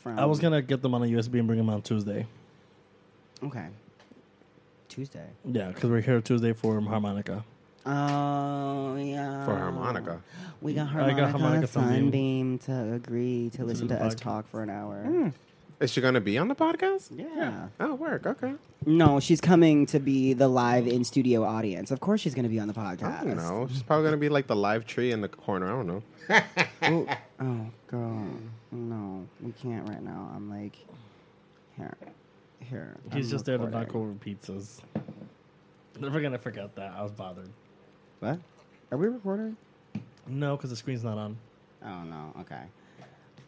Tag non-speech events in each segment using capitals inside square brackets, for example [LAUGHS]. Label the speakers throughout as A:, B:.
A: from.
B: I was gonna get them on a USB and bring them on Tuesday.
A: Okay. Tuesday.
B: Yeah, because we're here Tuesday for harmonica.
A: Oh yeah.
C: For harmonica.
A: We got
B: I
A: harmonica,
B: got harmonica
A: sunbeam to agree to listen
B: the
A: to us
B: podcast.
A: talk for an hour.
C: Mm. Is she gonna be on the podcast?
A: Hmm. Yeah.
C: Oh, work. Okay.
A: No, she's coming to be the live in studio audience. Of course, she's going to be on the podcast.
C: I don't know. She's probably gonna be like the live tree in the corner. I don't know. [LAUGHS]
A: oh, oh, girl, no, we can't right now. I'm like, here, here.
B: He's
A: I'm
B: just there to knock
A: recording.
B: over pizzas. Never gonna forget that. I was bothered.
A: What? Are we recording?
B: No, because the screen's not on.
A: Oh no. Okay.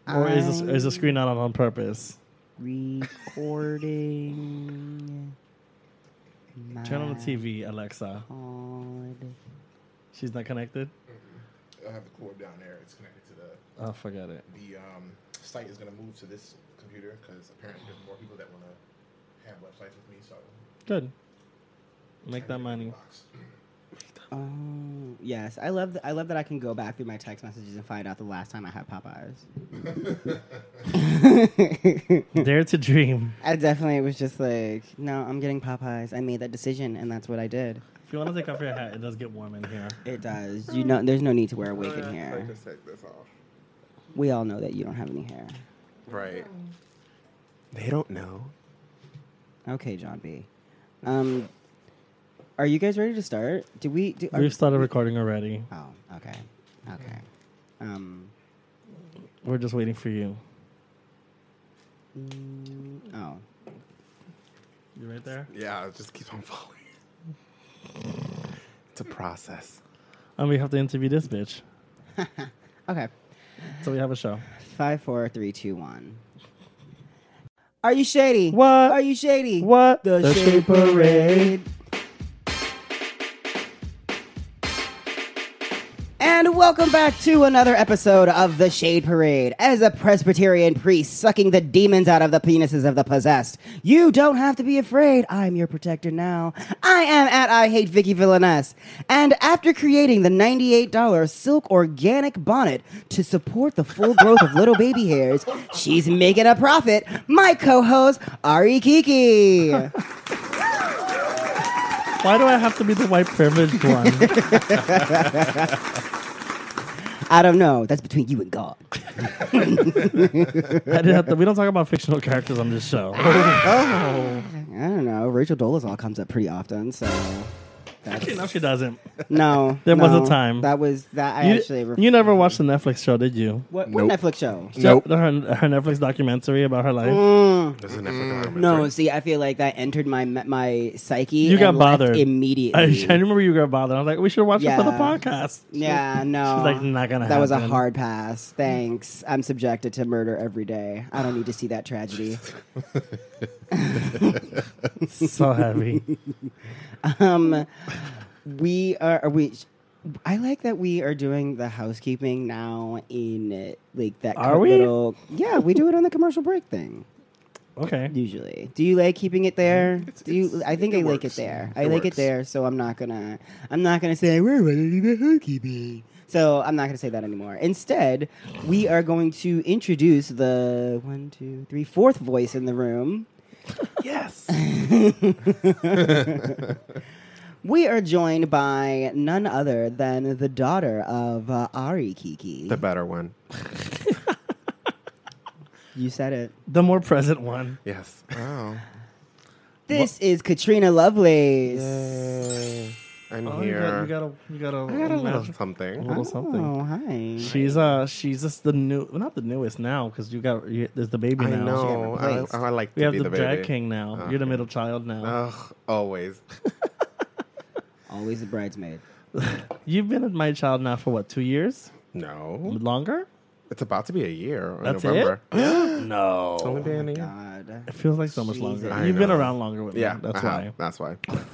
B: Or is
A: I'm
B: the, is the screen not on on purpose?
A: recording?
B: Turn on the
A: my
B: TV, Alexa.
A: pod.
B: She's not connected.
D: I have the cord down there. It's connected to the
B: Oh, forget it.
D: the um, site is going to move to this computer because apparently there's more people that want to have websites with me. So
B: Good. Make that money.
A: Oh yes, I love th- I love that I can go back through my text messages and find out the last time I had Popeyes.
B: [LAUGHS] Dare to dream.
A: [LAUGHS] I definitely was just like, no, I'm getting Popeyes. I made that decision, and that's what I did.
B: If you want to take off your hat, it does get warm in here.
A: It does. You know, there's no need to wear a
C: Uh,
A: wig in here.
C: take this off.
A: We all know that you don't have any hair.
C: Right. They don't know.
A: Okay, John B. Um, are you guys ready to start? Do we? Do, are,
B: We've started recording already.
A: oh, okay, okay. Um,
B: We're just waiting for you.
A: mm, oh,
B: You right there?
C: Yeah, it just keeps on falling. it's a process.
B: And we have to interview this bitch.
A: okay.
B: So we have a show.
A: Five, four, three, two, one. Are you shady?
B: What?
A: Are you shady?
B: What?
A: The, Shade Parade. And welcome back to another episode of The Shade Parade. As a Presbyterian priest sucking the demons out of the penises of the possessed, you don't have to be afraid. I'm your protector now. I am at I Hate Vicky Villaness. And after creating the $98 silk organic bonnet to support the full growth of little baby hairs, she's making a profit. My co host, Ari Kiki.
B: Why do I have to be the white privileged one?
A: I don't know. That's between you and God.
B: I didn't have to, we don't talk about fictional characters on this show.
A: I don't know. Rachel Dolezal comes up pretty often, so
B: Actually, no, she doesn't.
A: no.
B: There was a
A: no.
B: time.
A: that was that. I
B: You,
A: actually ref-
B: you never watched the Netflix show, did you?
A: what, what
C: Nope.
A: Netflix show?
C: Nope.
B: Her, her Netflix documentary about her life.
A: Mm.
C: There's an African
B: Mm.
C: garment,
A: No,
C: right?
A: see, I feel like that entered my my psyche.
B: You
A: and
B: got
A: left
B: bothered. [LAUGHS] I, I
A: immediately.
B: remember you got bothered. I was like, we should watch it for the
A: Yeah.
B: podcast.
A: yeah, no.
B: She's like, not gonna
A: That was a
B: happen.
A: hard pass. Thanks. I'm subjected to murder every day. I don't need to see that
C: [LAUGHS]
A: tragedy.
B: [LAUGHS] so heavy.
A: Um, we are, are we. I like that we are doing the housekeeping now in like that.
B: Are we?
A: Little, yeah, we do it on the commercial break thing
B: Okay.
A: usually. Do you like keeping it there? do you? I think I
D: Mm-hmm. it
A: like it
D: works.
A: there. I
D: It
A: like it
D: works.
A: there, so I'm not gonna. I'm not gonna say we're running the housekeeping. So I'm not gonna say that anymore. Instead, we are going to introduce the one, two, three, fourth voice in the room.
C: Yes.
A: [LAUGHS] We are joined by none other than the daughter of uh, Ari Kiki.
C: the better one.
A: you said it.
B: The more present one.
C: Yes. Oh.
A: This is Katrina Lovelace.
C: I'm
B: Oh, you got,
C: here.
B: you got a, you got a,
C: I got a little
B: magic- a
C: something.
B: little something.
A: Oh, hi.
B: She's uh, she's just the new, well, not the newest now, because you got you, there's the baby
C: I
B: now.
C: know.
A: She got
C: I,
A: replaced.
C: I like to
B: We have
C: be
B: the,
C: the,
B: drag
C: baby.
B: king now.
C: Oh,
B: You're the
C: yeah. Uh,
B: middle child now.
C: Ugh, always.
A: Always the bridesmaid.
B: You've been my child now for what? Two years?
C: No.
B: Longer?
C: It's about to be a year in
B: That's
C: November.
B: it?
C: It's
B: [GASPS] no.
C: only
D: Oh
C: been a year.
A: God.
B: It feels like so much longer.
A: Jesus. I
B: You've been
C: know.
B: around longer with
C: Yeah, uh-huh.
B: me. That's
C: I
B: why.
C: have. That's why.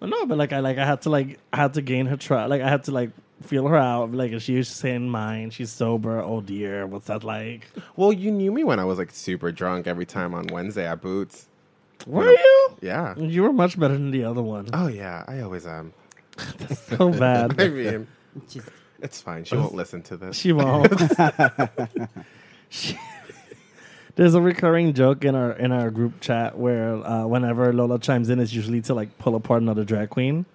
B: Well, no, but like I like I had to like I had to gain her trust. Like I had to like feel her out. Like if she was saying mine, she's sober. Oh dear, what's that like?
C: Well, you knew me when I was like super drunk every time on Wednesday at Boots.
B: Were you?
C: Yeah.
B: You were much better than the other
C: [LAUGHS]
B: one.
C: Oh yeah, I always
B: [LAUGHS]
C: am.
B: So
C: I
B: bad.
C: mean,
A: Just-
C: it's fine. She won't listen to this.
B: She won't. she, [LAUGHS] There's a recurring joke in our in our group chat where uh, whenever Lola chimes in, it's usually to like pull apart another drag queen.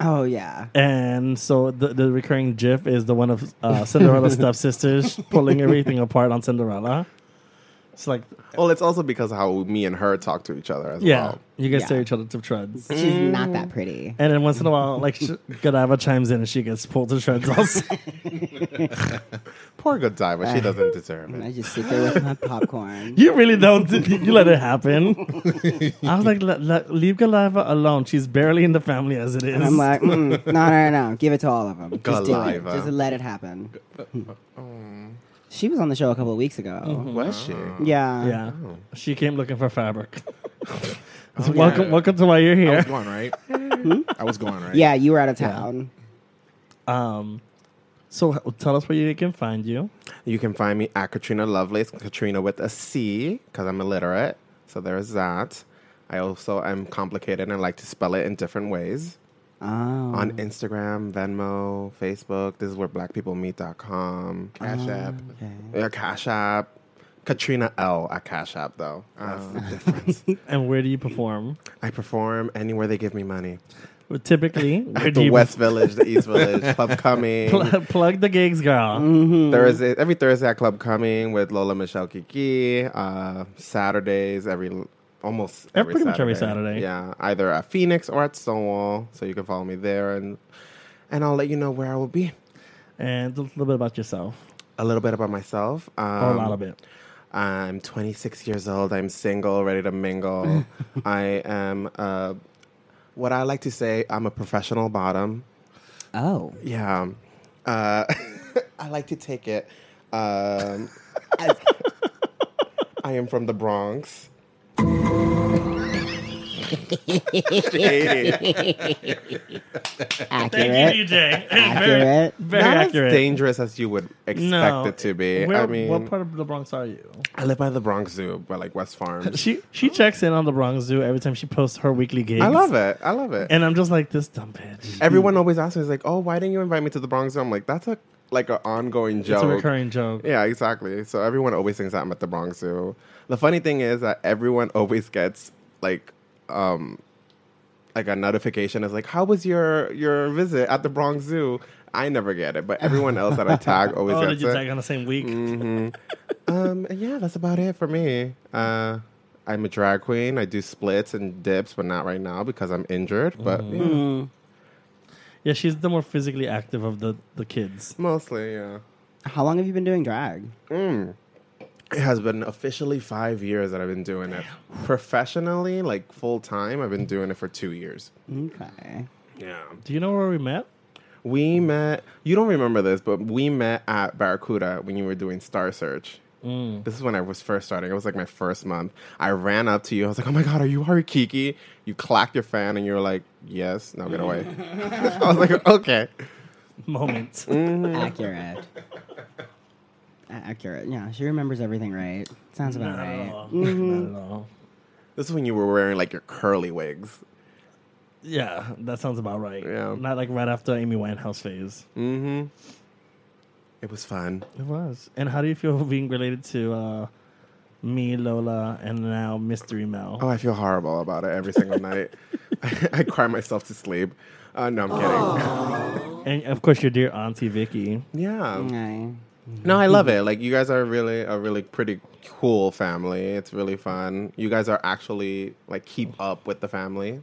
A: Oh yeah.
B: And so the, the recurring GIF is the one of uh, Cinderella's stepsisters pulling everything apart on Cinderella. It's like,
C: Well, it's also because how me and her talk to each other as
B: yeah,
C: well.
B: you guys
A: Yeah.
B: tear each other to shreds.
A: She's not that pretty.
B: And then once in a while, like sh- Godiva chimes in and she gets pulled to shreds also.
C: Poor Godiva,
B: [LAUGHS]
C: she doesn't deserve
A: I
C: it.
A: just sit there with my popcorn.
B: you really don't. You let it happen. I was like, "Le- le- leave Godiva alone. She's barely in the family as it is.
A: I'm like, mm, no, no, no, no. Give it to all of them. Just do it.
C: Godiva.
A: Just let it happen. Hmm. She was on the show a couple of weeks ago.
C: Was she?
A: Yeah.
B: yeah, she came looking for fabric. [LAUGHS]
C: [LAUGHS] Oh,
B: welcome,
C: yeah.
B: welcome to why you're
D: I was
B: here.
D: gone, right?
B: Hmm?
D: I was gone, right?
A: Yeah, you were out of town.
B: [LAUGHS] Um, so h- tell us where you can find you.
C: You can find me at Katrina Lovelace, Katrina with a C, because I'm illiterate. So there is that. I also am complicated and like to spell it in different ways.
A: Oh.
C: On
B: Mm.
C: Instagram, Venmo, Facebook. This is where blackpeoplemeet.com.
D: Cash
B: Oh,
D: App.
C: Yeah, Cash App. Katrina L at Cash App, though. That's the
B: Oh. [LAUGHS]
C: difference.
B: And where do you perform?
C: I perform anywhere they give me money.
B: Well,
C: [LAUGHS]
B: Typically, where do
C: The
B: you
C: West Village, the East Village, Club
B: [LAUGHS]
C: Coming.
B: pl- plug the gigs, girl?
C: Mm-hmm.
B: Mm-hmm.
C: Thursday, every Thursday at Club Coming with Lola Michelle Kiki. Uh, Saturdays, every almost
B: Eh,
C: every
B: pretty much
C: Saturday.
B: every Saturday.
C: Yeah, either at Phoenix or at Stonewall. So you can follow me there, and and I'll let you know where I will be.
B: And a little bit about yourself,
C: A little bit about myself. Um,
B: or Oh, a lot of it.
C: I'm 26 years old. I'm single, ready
B: [LAUGHS]
C: to mingle. I am uh, what I like to say. I'm a professional bottom.
A: Oh.
C: Yeah. Uh, [LAUGHS] I like to take it. Um, I, I am from the Bronx. Shady.
A: Accurate.
B: DJ.
A: Accurate.
B: [LAUGHS] [LAUGHS] Very
C: Not
B: accurate.
C: as dangerous as you would expect
B: no,
C: it to be.
B: Where-
C: I mean,
B: what part of the Bronx are you?
C: I live by the Bronx Zoo, by like
B: [LAUGHS]
C: West [LAUGHS] Farms.
B: She she checks in on the Bronx Zoo every time she posts her weekly gigs.
C: I love it. I love it.
B: and I'm just like this dumb bitch.
C: Everyone always asks me, "Is like, oh, why didn't you invite me to the Bronx Zoo?" I'm like, that's a like an ongoing joke.
B: It's a recurring joke.
C: Yeah, exactly. So everyone always thinks I'm at the Bronx Zoo. The funny thing is that everyone [LAUGHS] always gets like um like a notification is like, How was your your visit at the Bronx Zoo? I never get it, but everyone
B: [LAUGHS]
C: else that I tag always
B: Oh, did
C: gets
B: you
C: it. Mm-hmm.
B: tag on the same week?
C: Um and yeah, that's about it for me. Uh I'm a drag queen. I do splits and dips, but not right now because I'm injured. But yeah,
B: [LAUGHS] Mm-hmm. Yeah, she's the more physically active of the the kids.
C: mostly, yeah.
A: How long have you been doing drag?
C: It has been officially five years that I've been doing it. Professionally, like full time, I've been doing it for two years.
A: Okay.
C: Yeah.
B: Do you know where we met?
C: We met, you don't remember this, but we met at Barracuda when you were doing Star Search.
B: Mm,
C: This is when I was first starting. It was like my first month. I ran up to you. I was like, oh my God, are you Hari Kiki? You clacked your fan and you were like, yes, now get away. I was like, okay.
B: [LAUGHS] Moment.
C: Mm.
A: Accurate. A- Accurate. Yeah, she remembers everything right. Sounds about
B: Not at all.
A: right.
C: Mm-hmm.
B: Not at all.
C: This is when you were wearing like your curly wigs.
B: Yeah, that sounds about right.
C: Yeah. Mm.
B: Not like right after Amy Winehouse phase.
C: It was fun.
B: It was. And how do you feel [LAUGHS] being related to uh, me, Lola, and now Mystery Mel?
C: Oh, I feel horrible about it every single night. [LAUGHS] I, cry myself to sleep. Uh, no, I'm kidding. Oh.
B: And of course, your dear Auntie Vicky.
C: Yeah.
A: Okay.
C: No, I
B: [LAUGHS]
C: love it. Like you guys are really a really pretty cool family. It's really fun. You guys are actually like keep up with the family,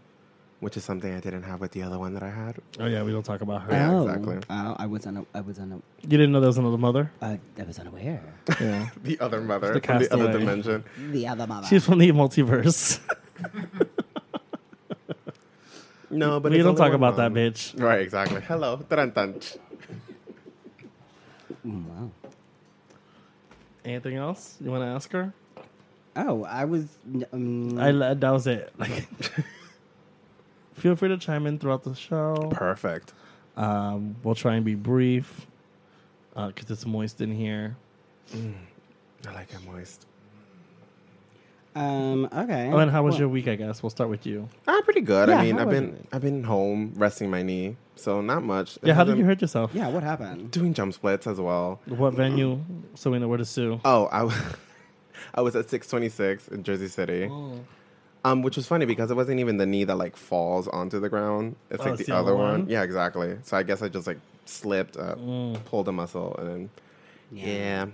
C: which is something I didn't have with the other one that I had.
B: Oh, yeah, we don't talk about her.
C: Yeah,
A: oh,
C: exactly.
A: oh, I was on. I was on.
B: You didn't know there was another mother?
A: Uh, I was unaware.
C: [LAUGHS]
B: Yeah.
C: The other mother
B: The
C: from the other
B: castaway.
C: dimension.
A: the other mother.
B: [LAUGHS] She's from the multiverse.
C: No, but
B: we
C: it's
B: don't
C: only
B: talk
C: one
B: about that
C: mom.
B: bitch.
C: Right, exactly. Hello, Dun dun.
A: Mm, wow.
B: Anything else you want to ask her?
A: Oh, I was. Um,
B: I, uh, that was it. Like, [LAUGHS] feel free to chime in throughout the show.
C: Perfect.
B: Um, we'll try and be brief because it's moist in here.
C: I like it moist.
A: um. Okay.
B: Oh, and how was
A: Well,
B: your week? I guess we'll start with you.
C: Ah, pretty good.
A: Yeah,
C: I mean,
A: how
C: I've
A: was
C: been
A: it?
C: I've been home resting my knee, so not much. It
B: Yeah, how did
C: hasn't-
B: you hurt yourself?
A: Yeah. What happened?
C: Doing jump splits as well.
B: What venue? So we know where to sue.
C: Oh, I w- [LAUGHS] I was at 626 in Jersey City. Um, which was funny because it wasn't even the knee that like falls onto the ground. It's
B: Oh,
C: like
B: it's
C: the,
B: the
C: other
B: other
C: one.
B: one?
C: Yeah, exactly. So I guess I just like slipped up, pulled a muscle, and then yeah.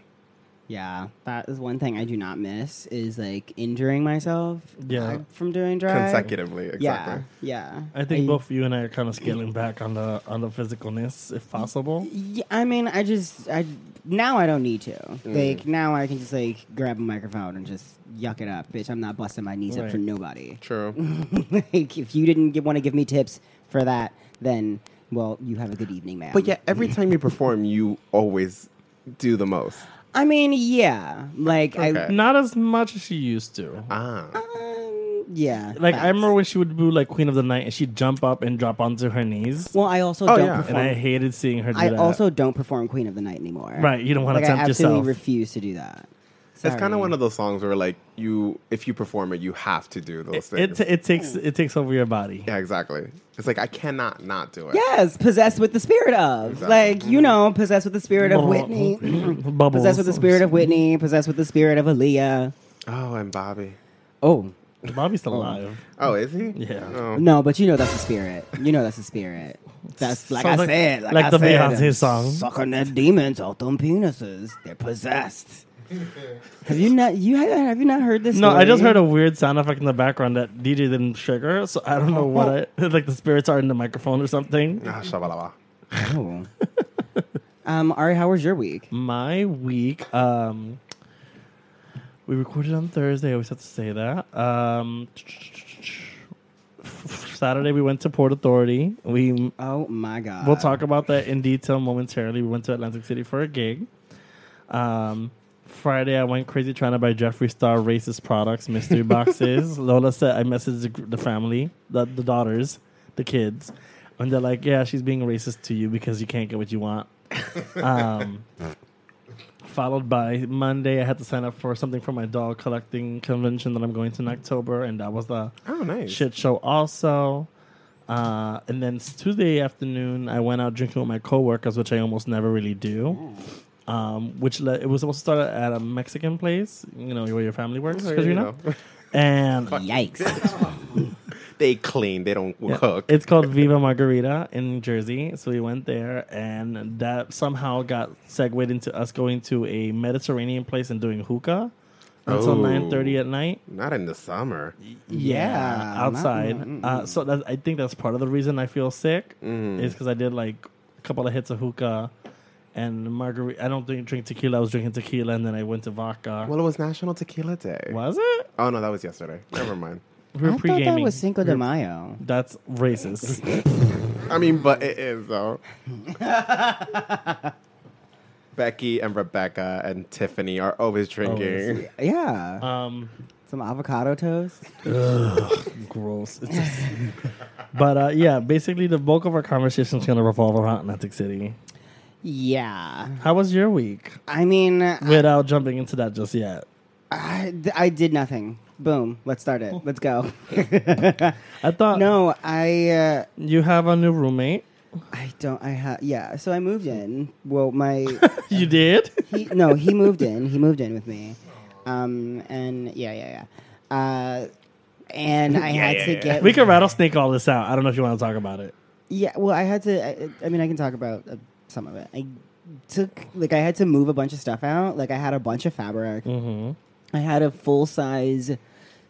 A: Yeah, that is one thing I do not miss is like injuring myself.
B: Yeah.
A: uh, from doing drag.
C: consecutively. Exactly.
A: Yeah, yeah.
B: I think both you and I are kind of scaling back on the on the physicalness, if possible.
A: Yeah, I mean, I just I now I don't need to.
C: Mm.
A: Like now I can just like grab a microphone and just yuck it up, bitch. I'm not busting my knees up for
B: Right.
A: nobody. [LAUGHS]
C: True.
B: [LAUGHS]
A: like if you didn't want to give me tips for that, then well, you have a good evening, ma'am.
C: But yeah, every time you perform, you always do the most.
A: I mean, yeah, like I,
C: Okay.
B: Not as much as she used to.
C: Ah,
A: um, yeah,
B: Like I
A: facts.
B: remember when she would do like Queen of the Night and she'd jump up and drop onto her knees,
A: Well, I also
C: Oh,
A: don't
C: yeah.
B: and
A: perform.
B: I hated seeing her do
A: I
B: that.
A: also don't perform Queen of the Night anymore.
B: Right, you don't wanna
A: like, I
B: tempt
A: absolutely
B: yourself.
A: refuse to do that.
C: it's kind of one of those songs where like you, if you perform it, you have to do those
B: it
C: things.
B: it takes it takes over your body.
C: yeah, exactly. It's like I cannot not do it.
A: Yes, possessed with the spirit of.
C: Exactly.
A: Like, you know, possessed with the spirit of
B: [CLEARS THROAT]
A: Whitney.
B: mm-hmm. Bubbles.
A: possessed with the spirit of Whitney. Possessed with the spirit of Aaliyah.
C: Oh, and Bobby.
A: Oh,
B: Bobby's still alive.
C: Oh, is he?
B: Yeah.
C: Oh.
A: no, but you know that's a spirit. You know that's a spirit. That's like
B: Sounds
A: I
B: like-
A: said. Like,
B: like
A: I
B: the
A: said,
B: Beyonce song.
A: Sucking their demons out them penises. They're possessed. have you not you ha- have you not heard this?
B: No, I just
A: story?
B: heard a weird sound effect in the background that DJ didn't trigger, so I don't know what I [LAUGHS] like. The spirits are in the microphone or something.
C: Ah, shabalala.
A: Oh. um, Ari, how was your week?
B: My week, um, we recorded on Thursday. I always have to say that. Um, Saturday we went to Port Authority. We
A: Oh my god.
B: We'll talk about that in detail momentarily. We went to Atlantic City for a gig. Um, Friday, I went crazy trying to buy Jeffree Star racist products, mystery boxes. Lola said I messaged the, gr- the family, the, the daughters, the kids, and they're like, "Yeah, she's being racist to you because you can't get what you want." Um, followed by Monday, I had to sign up for something for my dog collecting convention that I'm going to in October, and that was the
C: Oh, nice.
B: shit show also. Uh, and then s- Tuesday afternoon, I went out drinking with my coworkers, which I almost never really do. Um, which le- it was supposed to start at a Mexican place, you know, where your family works,
C: Okay,
B: because you
C: you
B: know.
C: [LAUGHS] know.
B: And
A: Yikes.
C: They clean. They don't
B: yeah,
C: cook.
B: it's called Viva Margarita in Jersey. So we went there, and that somehow got segued into us going to a Mediterranean place and doing hookah until
C: Oh.
B: nine thirty at night.
C: Not in the summer.
A: Yeah, not-
B: outside.
A: mm,
B: Uh, so that, I think that's part of the reason I feel sick is because I did like a couple of hits of hookah and margarita. I don't drink, drink tequila. I was drinking tequila and then I went to vodka.
C: Well, it was National Tequila Day.
B: was it?
C: Oh no, that was yesterday. Never mind.
B: We were
A: I thought that
B: pre-gaming.
A: was Cinco de Mayo.
B: that's
A: [LAUGHS]
B: racist.
C: I mean, but it is though. Becky and Rebecca and Tiffany are always drinking.
A: Yeah.
B: um,
A: Some avocado toast.
B: gross. It's just- but uh, yeah, basically the bulk of our conversation is going to revolve around Atlantic City.
A: Yeah.
B: How was
A: [SIGHS]
B: your week?
A: I mean, I,
B: Without jumping into that just yet.
A: I, I did nothing. Boom. Let's start it. Let's go.
B: I thought
A: no, I uh,
B: you have a new roommate. [LAUGHS]
A: I don't. I have. Yeah. So I moved in. Well, my
B: You did?
A: he, no, he moved in. He moved in with me. Um. And yeah, yeah, yeah. Uh. And I had to get.
B: We can rattlesnake all this out. I don't know if you want to talk about it.
A: Yeah, well, I had to. I, I mean, I can talk about uh, some of it. I took like I had to move a bunch of stuff out. Like I had a bunch of fabric. I had a full size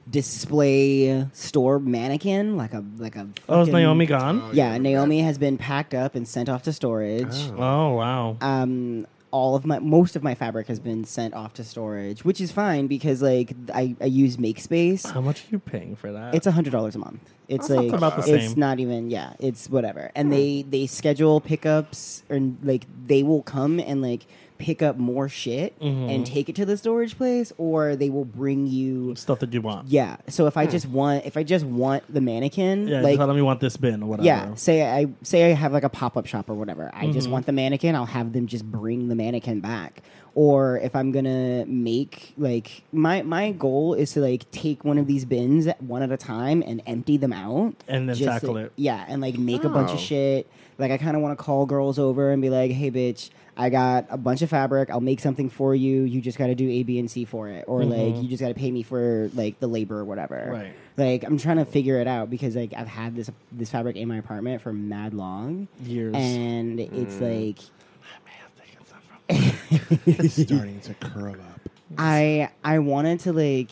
A: display store mannequin, like a like a.
B: Oh, is
A: fucking-
B: Naomi gone?
A: Yeah, Naomi has been packed up and sent off to storage.
B: Oh wow.
A: Um, all of my most of my fabric has been sent off to storage, which is fine because like I I use MakeSpace.
B: How much are you paying for that?
A: It's a hundred dollars a month. It's
B: That's
A: like
B: about the
A: it's
B: same.
A: not even yeah. It's whatever. And they they schedule pickups and like they will come and like pick up more shit
B: Mm-hmm.
A: and take it to the storage place, or they will bring you
B: stuff that you want. Hmm.
A: yeah. So if I just want if I just want the mannequin,
B: Yeah,
A: like
B: tell them you want this bin or whatever. Mm-hmm.
A: yeah, say I say I have like a pop up shop or whatever. I just want the mannequin. I'll have them just bring the mannequin back, or if I'm gonna make like my my goal is to like take one of these bins one at a time and empty them out
B: And then
A: Just,
B: tackle
A: like-
B: it.
A: Yeah, and like make a bunch
C: Oh.
A: of shit. Like I kind of want to call girls over and be like, "Hey, bitch, I got a bunch of fabric. I'll make something for you. You just got to do A, B, and C for it, or
B: Mm-hmm.
A: like you just got to pay me for like the labor or whatever."
B: Right.
A: Like I'm trying to figure it out because like I've had this this fabric in my apartment for mad long,
B: Years.
A: and it's like [LAUGHS]
D: It's starting to curl up.
A: I I wanted to like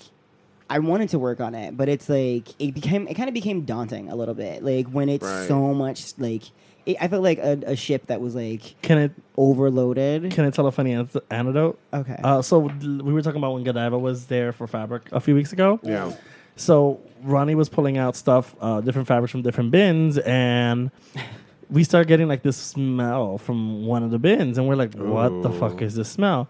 A: I wanted to work on it, but it's like it became it kind of became daunting a little bit. Like when it's
C: Right.
A: so much like it, I felt like a, a ship that was like
B: Can
A: overloaded.
B: I can I tell a funny an- anecdote?
A: okay.
B: Uh, so we were talking about when Godiva was there for fabric a few weeks ago.
C: Yeah.
B: So Ronnie was pulling out stuff, uh, different fabrics from different bins, and we start getting like this smell from one of the bins, and we're like, "What the fuck
C: Ooh.
B: is this smell?"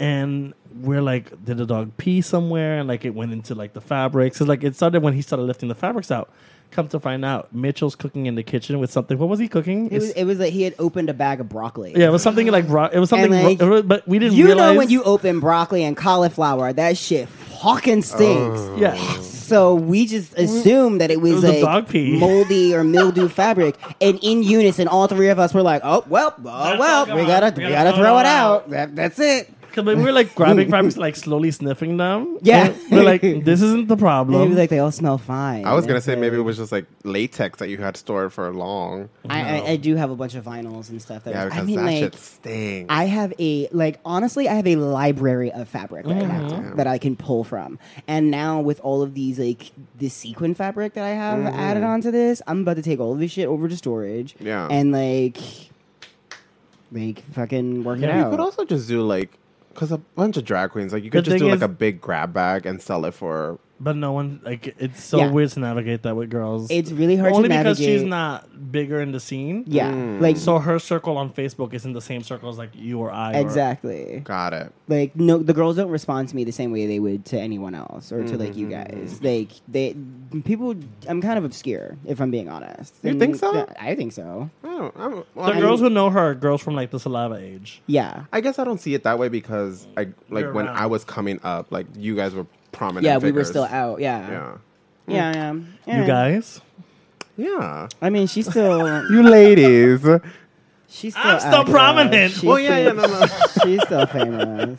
B: And we're like, "Did the dog pee somewhere?" And like it went into like the fabrics. It's like it started when he started lifting the fabrics out. Come to find out, Mitchell's cooking in the kitchen with something. What was he cooking?
A: it was
B: It's-
A: it was like he had opened a bag of broccoli.
B: yeah, it was something like ro- it was something,
A: And, like,
B: ro- ro- but we didn't.
A: You
B: realize,
A: know when you open broccoli and cauliflower, that shit fucking stinks.
C: Oh.
B: yeah.
A: So we just assumed that it was,
B: was a
A: like
B: dog pee.
A: moldy or mildew fabric, and in unison, all three of us were like, "Oh well, oh well,
B: all
A: we
B: gone.
A: gotta we gotta throw it out. That, that's it."
B: Because we
A: [LAUGHS]
B: were like grabbing fabrics, like slowly sniffing them.
A: Yeah.
B: And we're like, this isn't
A: [LAUGHS]
B: the
A: Maybe
B: problem.
A: like they all smell fine.
C: I was gonna
A: It's
C: say
A: like-
C: maybe it was just like latex that you had stored for long.
A: I, I, I do have a bunch of vinyls and stuff. That
C: Yeah,
A: was-
C: because
A: I mean,
C: that
A: like
C: shit stinks.
A: I have a like honestly, I have a library of fabric right
B: Mm-hmm.
A: now that I can pull from. And now with all of these like this sequin fabric that I have
C: Mm-hmm.
A: added onto this, I'm about to take all of this shit over to storage.
C: Yeah.
A: and like, like fucking work it
B: Yeah, you
A: out.
C: You could also just do like, because a bunch of drag queens, like you could
B: The
C: just do
B: thing
C: like
B: is-
C: a big grab bag and sell it for.
B: but no one, like, it's so
A: Yeah.
B: weird to navigate that with girls.
A: it's really hard
B: Only
A: to navigate.
B: because she's not bigger in the scene.
A: Yeah,
C: Mm.
A: like
B: So her circle on Facebook isn't the same circle as like you or I. or-
A: exactly.
C: Got it.
A: like no the girls don't respond to me the same way they would to anyone else or to like you
C: Mm-hmm.
A: guys like they people i'm kind of obscure if i'm being honest
C: You think so?
A: yeah, i think so
C: I don't. I, don't, well,
B: the
C: I
B: girls
C: mean,
B: who know her are girls from like the saliva age.
A: yeah
C: I guess I don't see it that way because I like
B: You're
C: when
B: around.
C: I was coming up, like you guys were prominent.
A: yeah we were
C: figures.
A: still out yeah
C: Yeah.
A: yeah, yeah.
B: You
A: Yeah.
B: guys?
C: Yeah.
A: i mean she's still
C: You ladies.
A: she's still
B: I'm still
A: out there.
B: prominent.
A: she's
C: well, yeah, yeah,
A: still,
C: no, no.
A: [LAUGHS] she's still famous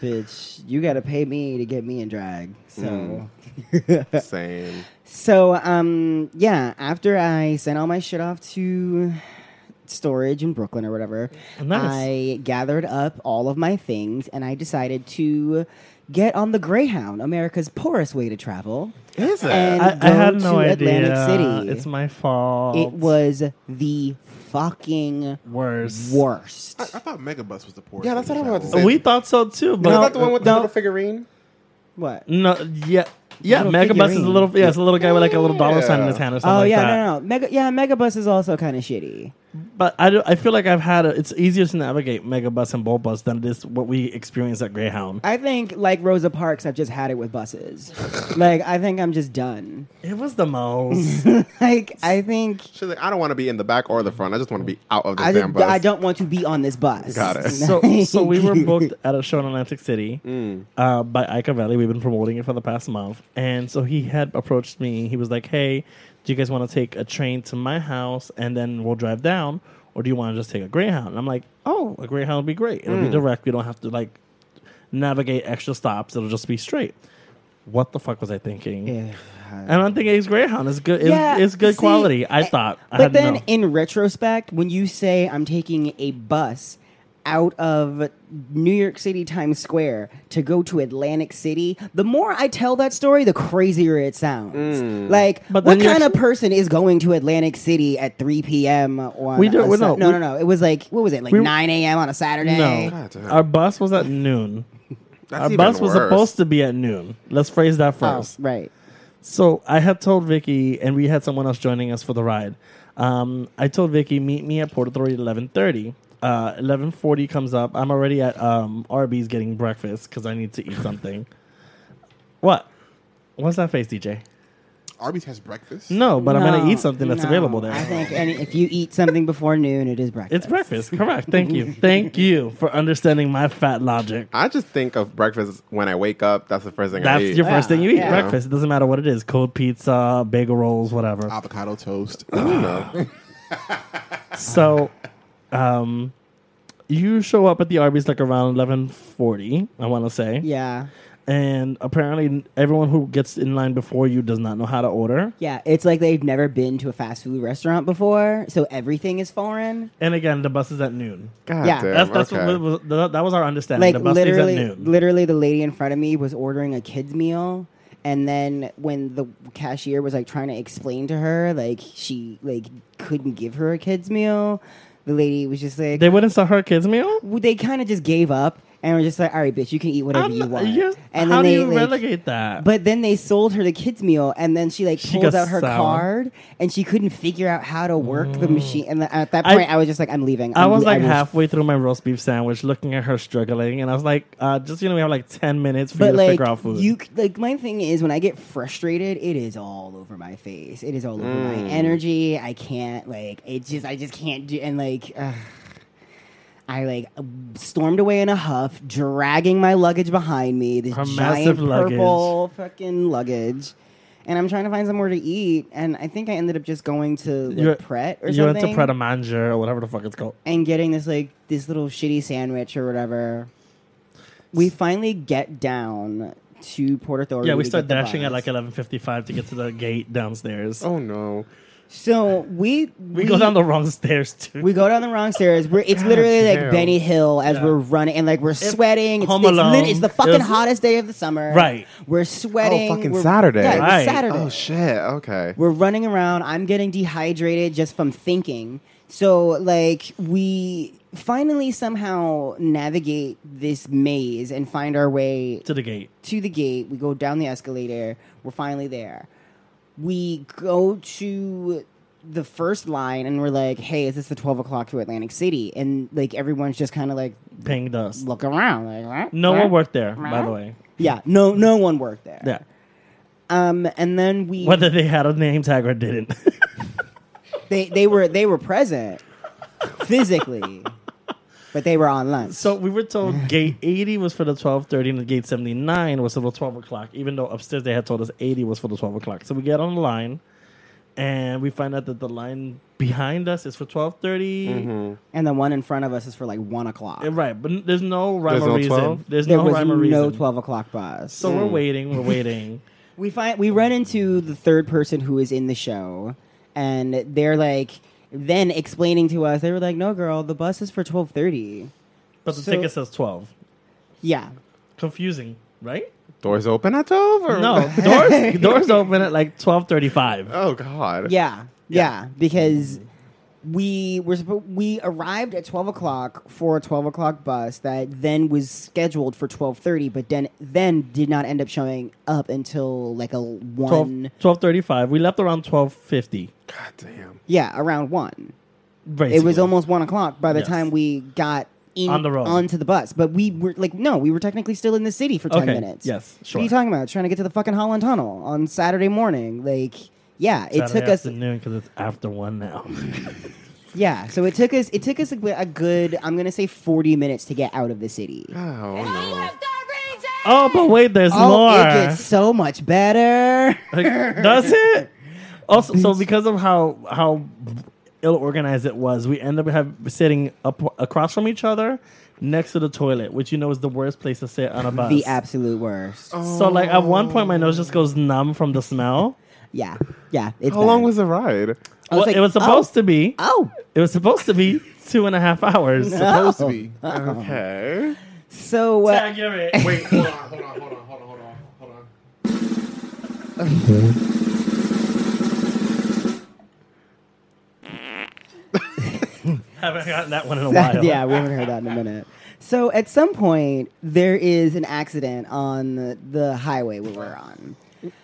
A: bitch you gotta pay me to get me in drag so
C: [LAUGHS] Mm. Same.
A: [LAUGHS] So, um, yeah, after I sent all my shit off to storage in Brooklyn or whatever, I
B: Nice.
A: gathered up all of my things and I decided to get on the Greyhound, America's poorest way to travel.
C: Is it?
A: And
B: I, I
A: go
B: had no
A: to
B: idea.
A: Atlantic City.
B: It's my fault.
A: It was the fucking
B: worse.
A: worst.
D: I thought Megabus was the poorest.
C: Yeah, that's
D: way
C: what I wanted to
D: travel.
C: say.
B: We thought so too, but
C: Is that the one with the
B: No.
C: little figurine?
A: What?
B: No, yeah, yeah.
A: Little
B: Megabus is a
A: figurine.
B: little, yeah, it's a little guy with like a little dollar sign in his
C: Yeah.
B: hand or something.
A: Oh
B: like
A: yeah,
B: that.
A: no, no, Mega, yeah, Megabus is also kind of shitty.
B: But I, do, I feel like I've had a, it's easier to navigate Megabus and Bolt Bus than this what we experienced at Greyhound.
A: I think like Rosa Parks, I've just had it with buses. like I think I'm just done. [LAUGHS]
B: It was the [LAUGHS] most.
A: Like I think
C: She's like, I don't want to be in the back or the front. I just want to be out of the
A: I,
C: damn
A: just,
C: bus.
A: I don't want to be on this bus.
C: Got
A: [LAUGHS]
C: it.
B: so so we were booked at a show in Atlantic City
C: Mm.
B: uh, by Ica Valley. We've been promoting it for the past month, and so he had approached me. He was like, "Hey, do you guys want to take a train to my house and then we'll drive down, or do you want to just take a Greyhound?" And I'm like, "Oh, a Greyhound would be great. It'll
C: Mm.
B: be direct. We don't have to like navigate extra stops. It'll just be straight." What the fuck was I thinking? And I'm thinking it's Greyhound. It's good. It's,
A: Yeah,
B: it's good
A: see,
B: quality. I thought. I
A: But
B: had
A: then,
B: no.
A: in retrospect, when you say I'm taking a bus out of New York City Times Square to go to Atlantic City, the more I tell that story, the crazier it sounds. Like,
B: Mm. But
A: what
B: then
A: kind
B: you're-
A: of person is going to Atlantic City at 3 p.m. on
B: We don't-
A: a
B: we
A: Sun-
B: don't-
A: no,
B: we-
A: no, no. It was like what was it? Like
B: We-
A: 9 a.m. on a Saturday.
B: no,
C: God damn.
B: our bus was at noon.
C: That's
B: Our
C: even
B: bus was
C: worse.
B: supposed to be at noon. Let's phrase that
A: Oh,
B: first.
A: right.
B: So I had told Vicky, and we had someone else joining us for the ride. Um, I told Vicky, meet me at Port Authority at eleven thirty. Uh, eleven forty comes up. I'm already at um, Arby's getting [LAUGHS] breakfast because I need to eat something. what? What's that face, DJ?
D: Arby's has breakfast.
B: No, but I'm
A: No,
B: gonna eat something that's
A: no.
B: available there.
A: I think any, if you eat something before noon, it is breakfast. [LAUGHS]
B: it's breakfast, correct? Thank you, thank you for understanding my fat logic.
C: I just think of breakfast when I wake up. That's the first thing I
B: That's
C: eat.
B: your first thing you eat.
A: Yeah.
B: Breakfast. It doesn't matter what it is. Cold pizza, bagel rolls, whatever.
D: Avocado toast.
C: You
B: Ah.
C: know.
B: So, um, you show up at the Arby's like around eleven forty. I want to say,
A: Yeah.
B: and apparently everyone who gets in line before you does not know how to order.
A: Yeah, it's like they've never been to a fast food restaurant before, so everything is foreign.
B: And again, the bus is at noon.
C: God
A: Yeah.
C: damn.
B: That's that's
C: okay.
B: what was, that that was our understanding.
A: Like
B: the bus
A: literally,
B: is at noon.
A: literally, the lady in front of me was ordering a kid's meal, and then when the cashier was like trying to explain to her, like she like couldn't give her a kid's meal. The lady was just like,
B: they wouldn't sell her kids meal.
A: well, they kind of just gave up and were just like, all right, bitch, you can eat whatever
B: I'm
A: you
B: not-
A: want.
B: you're-
A: and
B: how
A: then they
B: do you
A: like,
B: relegate that?
A: But then they sold her the kids meal, and then she like
B: She
A: pulls
B: got
A: out her
B: sour.
A: card, and she couldn't figure out how to work the machine. And at that point, I,
B: I-
A: was just like, I'm leaving.
B: I
A: I'm
B: was
A: le-
B: like
A: will-
B: halfway through my roast beef sandwich, looking at her struggling, and I was like, uh, "Just you know, we have like ten minutes for you
A: But
B: to
A: like
B: figure out food."
A: you, c- like my thing is when I get frustrated, it is all over my face. It is all over my energy. I can't like it. Just I just can't do. And like, ugh. I like uh, stormed away in a huff, dragging my luggage behind me. This
B: Her
A: giant
B: massive luggage.
A: purple fucking luggage. And I'm trying to find somewhere to eat, and I think I ended up just going to like,
B: You're-
A: Pret or
B: you went to
A: something,
B: Pret a Manger or whatever the fuck it's called.
A: and getting this like this little shitty sandwich or whatever. We finally get down to Port Authority.
B: Yeah, we
A: to
B: start
A: get the
B: dashing at
A: bus.
B: like eleven fifty five to get to the gate downstairs.
C: Oh no.
A: So we
B: we, go down the wrong [LAUGHS] stairs too.
A: we go down the wrong stairs. We're, it's literally
C: damn.
A: like Benny Hill as we're running, and like we're sweating. It's,
B: Home
A: it's, lit-
B: Alone.
A: it's the
B: It
A: fucking
B: was-
A: hottest day of the summer.
B: Right.
A: We're sweating.
C: Oh, fucking
A: We're-
C: Saturday.
A: Yeah, it was
B: Right.
A: Saturday.
C: Oh shit. Okay.
A: We're running around. I'm getting dehydrated just from thinking. So, like, we finally somehow navigate this maze and find our way
B: to the gate.
A: to the gate. We go down the escalator. We're finally there. We go to the first line and we're like, hey, is this the 12 o'clock to Atlantic City? And, like, everyone's just kind of like,
B: Pinged us.
A: look around. Like, "What?
B: No
A: What?"
B: one worked there, by the way.
A: Yeah, no, no one worked there.
B: Yeah.
A: Um, and then we.
B: Whether they had a name tag or didn't. [LAUGHS]
A: they they were they were present physically, but they were on lunch.
B: so we were told gate 80 was for the 1230 and the gate 79 was for the 12 o'clock, even though upstairs they had told us 80 was for the 12 o'clock. So we get on the line and we find out that the line behind us is for 1230.
C: Mm-hmm.
A: and the one in front of us is for like one o'clock.
B: Yeah, Right, but n- there's no rhyme
C: There's
B: or
C: no
B: reason.
C: 12?
B: There's
A: there
B: no
A: was
B: rhyme or reason.
A: no twelve o'clock bus.
B: So
C: Mm.
B: we're waiting, we're waiting.
A: we find we run into the third person who is in the show, and they're like then explaining to us they were like, "No, girl, the bus is for twelve thirty.
B: But the
A: So-
B: ticket says 12.
A: Yeah,
B: Confusing, right?
C: Doors open at twelve? Or?
B: [LAUGHS] No, doors doors open at like twelve thirty five.
C: [LAUGHS] Oh god.
A: yeah, yeah, because.
B: Mm-hmm.
A: We were suppo- we arrived at twelve o'clock for a twelve o'clock bus that then was scheduled for twelve thirty, but then then did not end up showing up until like a one,
B: Twelve thirty five. We left around twelve fifty.
C: God
D: [LAUGHS]
C: damn.
A: yeah, around one. it was almost one o'clock by the
B: Yes.
A: time we got in,
B: On the road.
A: onto the bus. But we were like, no, we were technically still in the city for ten
B: Okay,
A: minutes.
B: yes,
A: What are you
B: sure.
A: talking about? Trying to get to the fucking Holland Tunnel on Saturday morning, like. Yeah, it took us.
B: noon because it's after one now.
A: Yeah, so it took us. It took us a, a good. I'm gonna say 40 minutes to get out of the city.
C: Oh no.
B: [LAUGHS] oh, but wait, there's more.
A: Oh, it gets so much better.
B: [LAUGHS] Like, does it? Also, so because of how how ill organized it was, we end up have, sitting up across from each other next to the toilet, which you know is the worst place to sit on a bus.
A: The absolute worst.
B: So like at one point, my nose just goes numb from the smell.
A: Yeah, yeah. It's
C: How long
A: bad.
C: was the ride?
A: I was
B: Well,
A: like,
B: it was
A: oh,
B: supposed to be.
A: Oh,
B: It was supposed to be two and a half hours. [LAUGHS]
D: Supposed
B: Oh.
D: to be.
A: Oh.
C: Okay.
A: so uh,
B: Tag your it.
D: Wait, hold on, hold on, hold on, hold on, hold on, hold on.
B: Haven't gotten that one in a
A: [LAUGHS]
B: while.
A: yeah, we haven't heard [LAUGHS] that in a minute. So at some point, there is an accident on the, the highway we were on.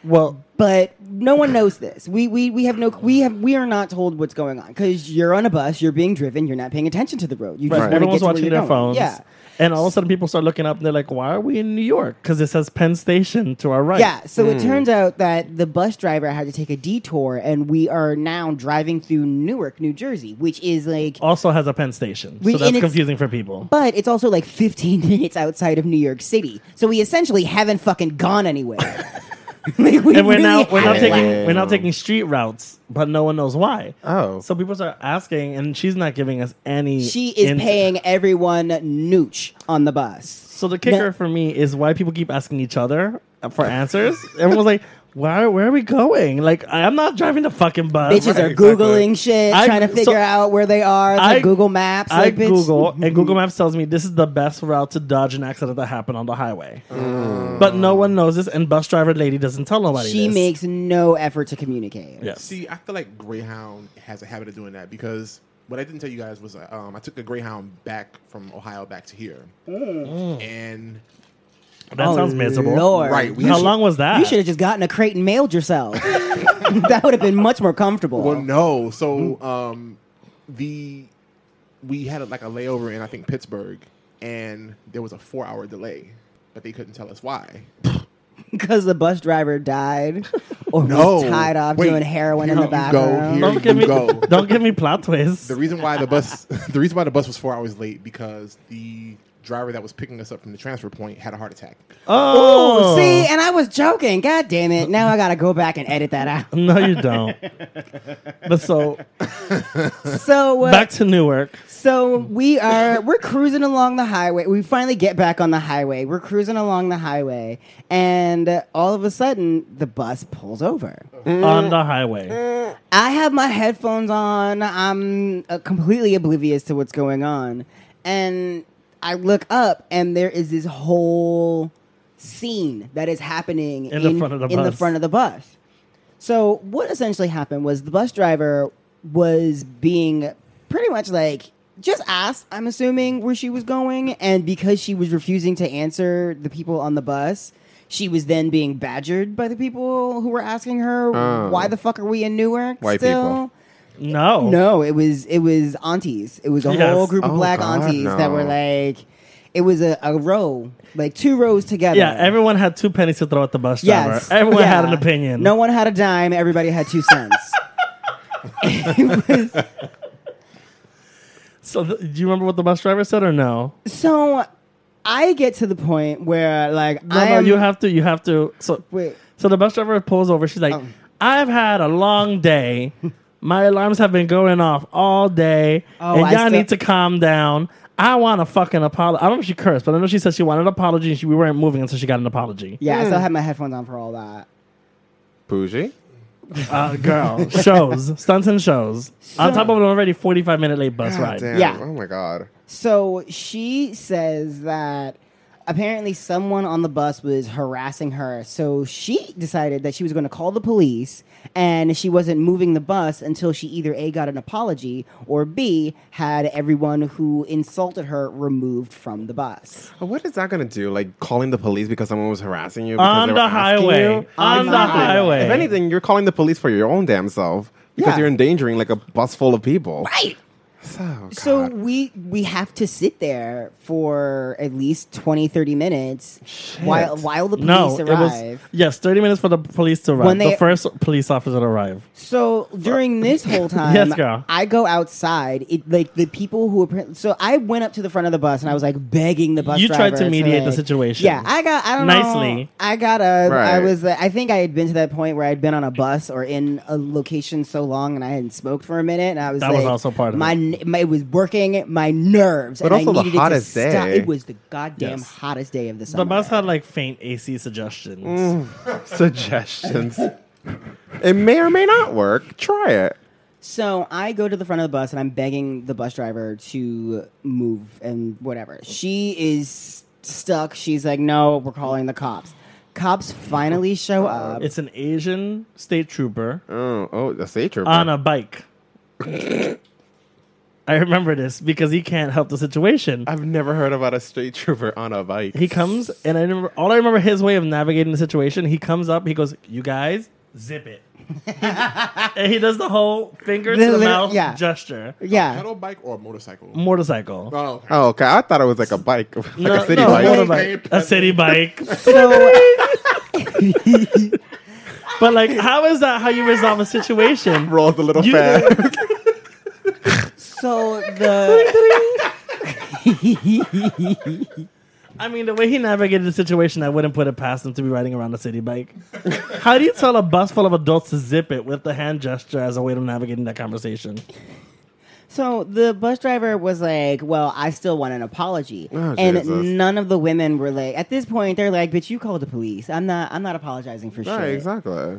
B: Well,
A: but no one knows this. We, we, we have no we have we are not told what's going on because you're on a bus, you're being driven, you're not paying attention to the road. You just
B: right.
A: want to get
B: everyone's
A: to where
B: watching
A: you're
B: their
A: going.
B: phones.
A: Yeah,
B: And all of a sudden, people start looking up and they're like, why are we in New York? Because it says Penn Station to our right. Hmm.
A: yeah. So it turns out that the bus driver had to take a detour, and we are now driving through Newark, New Jersey, which is like.
B: Also has a Penn Station.
A: We-
B: so
A: and
B: that's
A: it's-
B: confusing for people.
A: But it's also like 15 [LAUGHS] minutes outside of New York City, so we essentially haven't fucking gone anywhere.
B: [LAUGHS]
A: like, we
B: and we're
A: really
B: now we're now
A: haven't
B: taking
A: left.
B: we're now taking street routes, but no one knows why.
C: Oh.
B: so people start asking, and she's not giving us any.
A: She is
B: int-
A: paying everyone nooch on the bus.
B: So the kicker for me is why people keep asking each other
A: [LAUGHS]
B: for answers. Everyone's like, "Where where are we going?" Like, I- I'm not driving the fucking bus.
A: Bitches
C: right,
A: are googling
C: exactly.
A: shit,
B: I-
A: trying to
B: so-
A: figure out where they are. It's
B: I-
A: like Google Maps.
B: I
A: like, bitch. Mm-hmm.
B: Google and Google Maps tells me this is the best route to dodge an accident that happened on the highway. But no one knows this, and bus driver lady doesn't tell nobody.
A: She
B: this.
A: makes no effort to communicate.
B: yes.
D: See, I feel like Greyhound has a habit of doing that because what I didn't tell you guys was uh, um, I took a Greyhound back from Ohio back to here,
B: Mm.
D: and
B: that
A: Oh,
B: sounds miserable.
A: Lord.
D: Right, we
B: How
D: should-
B: long was that?
A: You should have just gotten a crate and mailed yourself. [LAUGHS] that would have been much more comfortable.
D: well, no, so um, the we had like a layover in I think Pittsburgh, and there was a four-hour delay, but they couldn't tell us why.
A: Because the bus driver died or
D: No,
A: was tied off
D: Wait,
A: doing heroin in
D: here
A: the
D: you go,
A: bathroom.
D: here
B: Don't give
D: you
B: me [LAUGHS]
D: go.
B: don't give me plot twists.
D: The reason why the bus, [LAUGHS] the reason why the bus was four hours late because the driver that was picking us up from the transfer point had a heart attack.
B: oh,
A: Oh, see, and I was joking. God damn it. Now I got to go back and edit that out.
D: [LAUGHS]
B: No,
A: [LAUGHS]
B: you don't. but so
A: So, uh,
B: back to Newark.
A: So we are we're cruising along the highway. We finally get back on the highway. We're cruising along the highway, and uh, all of a sudden the bus pulls over.
B: on the highway.
A: I have my headphones on. I'm uh, completely oblivious to what's going on, and I look up, and there is this whole scene that is happening
B: In the front of the
A: in the
B: bus.
A: front of the bus. So what essentially happened was the bus driver was being pretty much like just asked, I'm assuming, where she was going, and because she was refusing to answer the people on the bus, she was then being badgered by the people who were asking her,
C: Oh.
A: "Why the fuck are we in Newark
C: White
A: still?"
B: No.
A: No, it was it was aunties. It was a
B: Yes.
A: whole group of
C: Oh,
A: black
C: God,
A: aunties that were
C: no.
A: like, it was a, a row, like two rows together.
B: Yeah, everyone had two pennies to throw at the bus driver.
A: Yes.
B: Everyone had
A: Yeah.
B: an opinion.
A: No one had a dime. Everybody had two cents. [LAUGHS] It was-
B: So th- do you remember what the bus driver said or no?
A: so I get to the point where like
B: No,
A: I
B: no,
A: am,
B: you have to you have to so
A: wait.
B: so the bus driver pulls over. She's like,
A: Oh.
B: "I've had a
A: [LAUGHS]
B: long day. My alarms have been going off all day,
A: Oh,
B: and
A: I
B: y'all
A: still-
B: need to calm down. I want a fucking apology. I don't know if she cursed, but I know she said she wanted an apology, and she, we weren't moving until she got an apology.
A: Yeah, I still had my headphones on for all that.
C: Bougie.
B: Uh, girl, [LAUGHS] shows, stunts and shows. On top of an already 45 minute late bus
C: God
B: ride.
C: damn.
A: Yeah.
C: Oh my god.
A: So she says that apparently someone on the bus was harassing her. So she decided that she was going to call the police and she wasn't moving the bus until she either A, got an apology or B, had everyone who insulted her removed from the bus.
C: But What is that gonna do? Like calling the police because someone was harassing you because
B: On
C: they were
B: the
C: asking
B: highway.
C: you?
B: On the
A: Exactly.
B: highway.
C: If anything, you're calling the police for your own damn self because
A: Yeah.
C: you're endangering like a bus full of people.
A: Right.
C: So, God.
A: So we we have to sit there for at least 20 30 minutes while while the police
B: No, it was
A: arrive.
B: yes, thirty minutes for the police to arrive.
A: When they-
B: the first police officer to arrive.
A: So during this whole time,
B: [LAUGHS] Yes, girl.
A: I go outside. It like the people who were so I went up to the front of the bus and I was like begging the bus.
B: You tried
A: driver
B: to mediate the
A: like-
B: situation.
A: Yeah, I got. I don't know.
B: Nicely.
A: I got a. I
C: Right.
A: was. uh, I think I had been to that point where I'd been on a bus or in a location so long and I hadn't smoked for a minute and I was.
B: That was
A: like,
B: also part of
A: my,
B: it.
A: n- My, it was working my nerves.
C: But
A: and
C: also
A: I
C: the
A: needed
C: hottest
A: it to stop.
C: day.
A: It was the goddamn
B: Yes.
A: hottest day of the summer.
B: The bus had like faint AC suggestions.
C: [LAUGHS]
A: Mm.
C: suggestions. it may or may not work. Try it.
A: So I go to the front of the bus and I'm begging the bus driver to move and whatever. She is stuck. She's like, no, we're calling the cops. Cops finally show up.
B: It's an Asian state trooper [LAUGHS]
C: Oh, oh, the state trooper.
B: on a bike. I remember this because he can't help the situation.
C: I've never heard about a straight trooper on a bike.
B: He comes and I remember all I remember his way of navigating the situation. He comes up, he goes, "You guys, zip
A: [LAUGHS]
B: it," and he does the whole finger
A: The
B: to the
A: lit-
B: mouth
A: yeah.
B: gesture.
A: Yeah.
D: Pedal bike or motorcycle?
B: Motorcycle,
D: Oh, okay.
C: Oh, okay. I thought it was like a bike, [LAUGHS] like a city
B: no,
C: bike.
B: motorbike. a
A: [LAUGHS]
B: city bike.
A: So
B: but like, how is that how you resolve a situation?
C: Rolls a little
B: You-
C: [LAUGHS] fast.
A: so the
B: I mean, the way he navigated the situation, I wouldn't put it past him to be riding around a city bike. How do you tell a bus full of adults to zip it with the hand gesture as a way to navigating that conversation?
A: So the bus driver was like, "Well, I still want an apology,"
C: Oh,
A: and
C: Jesus.
A: none of the women were like. At this point, they're like, "But you called the police. I'm not. I'm not apologizing for
C: right,
A: shit."
C: exactly.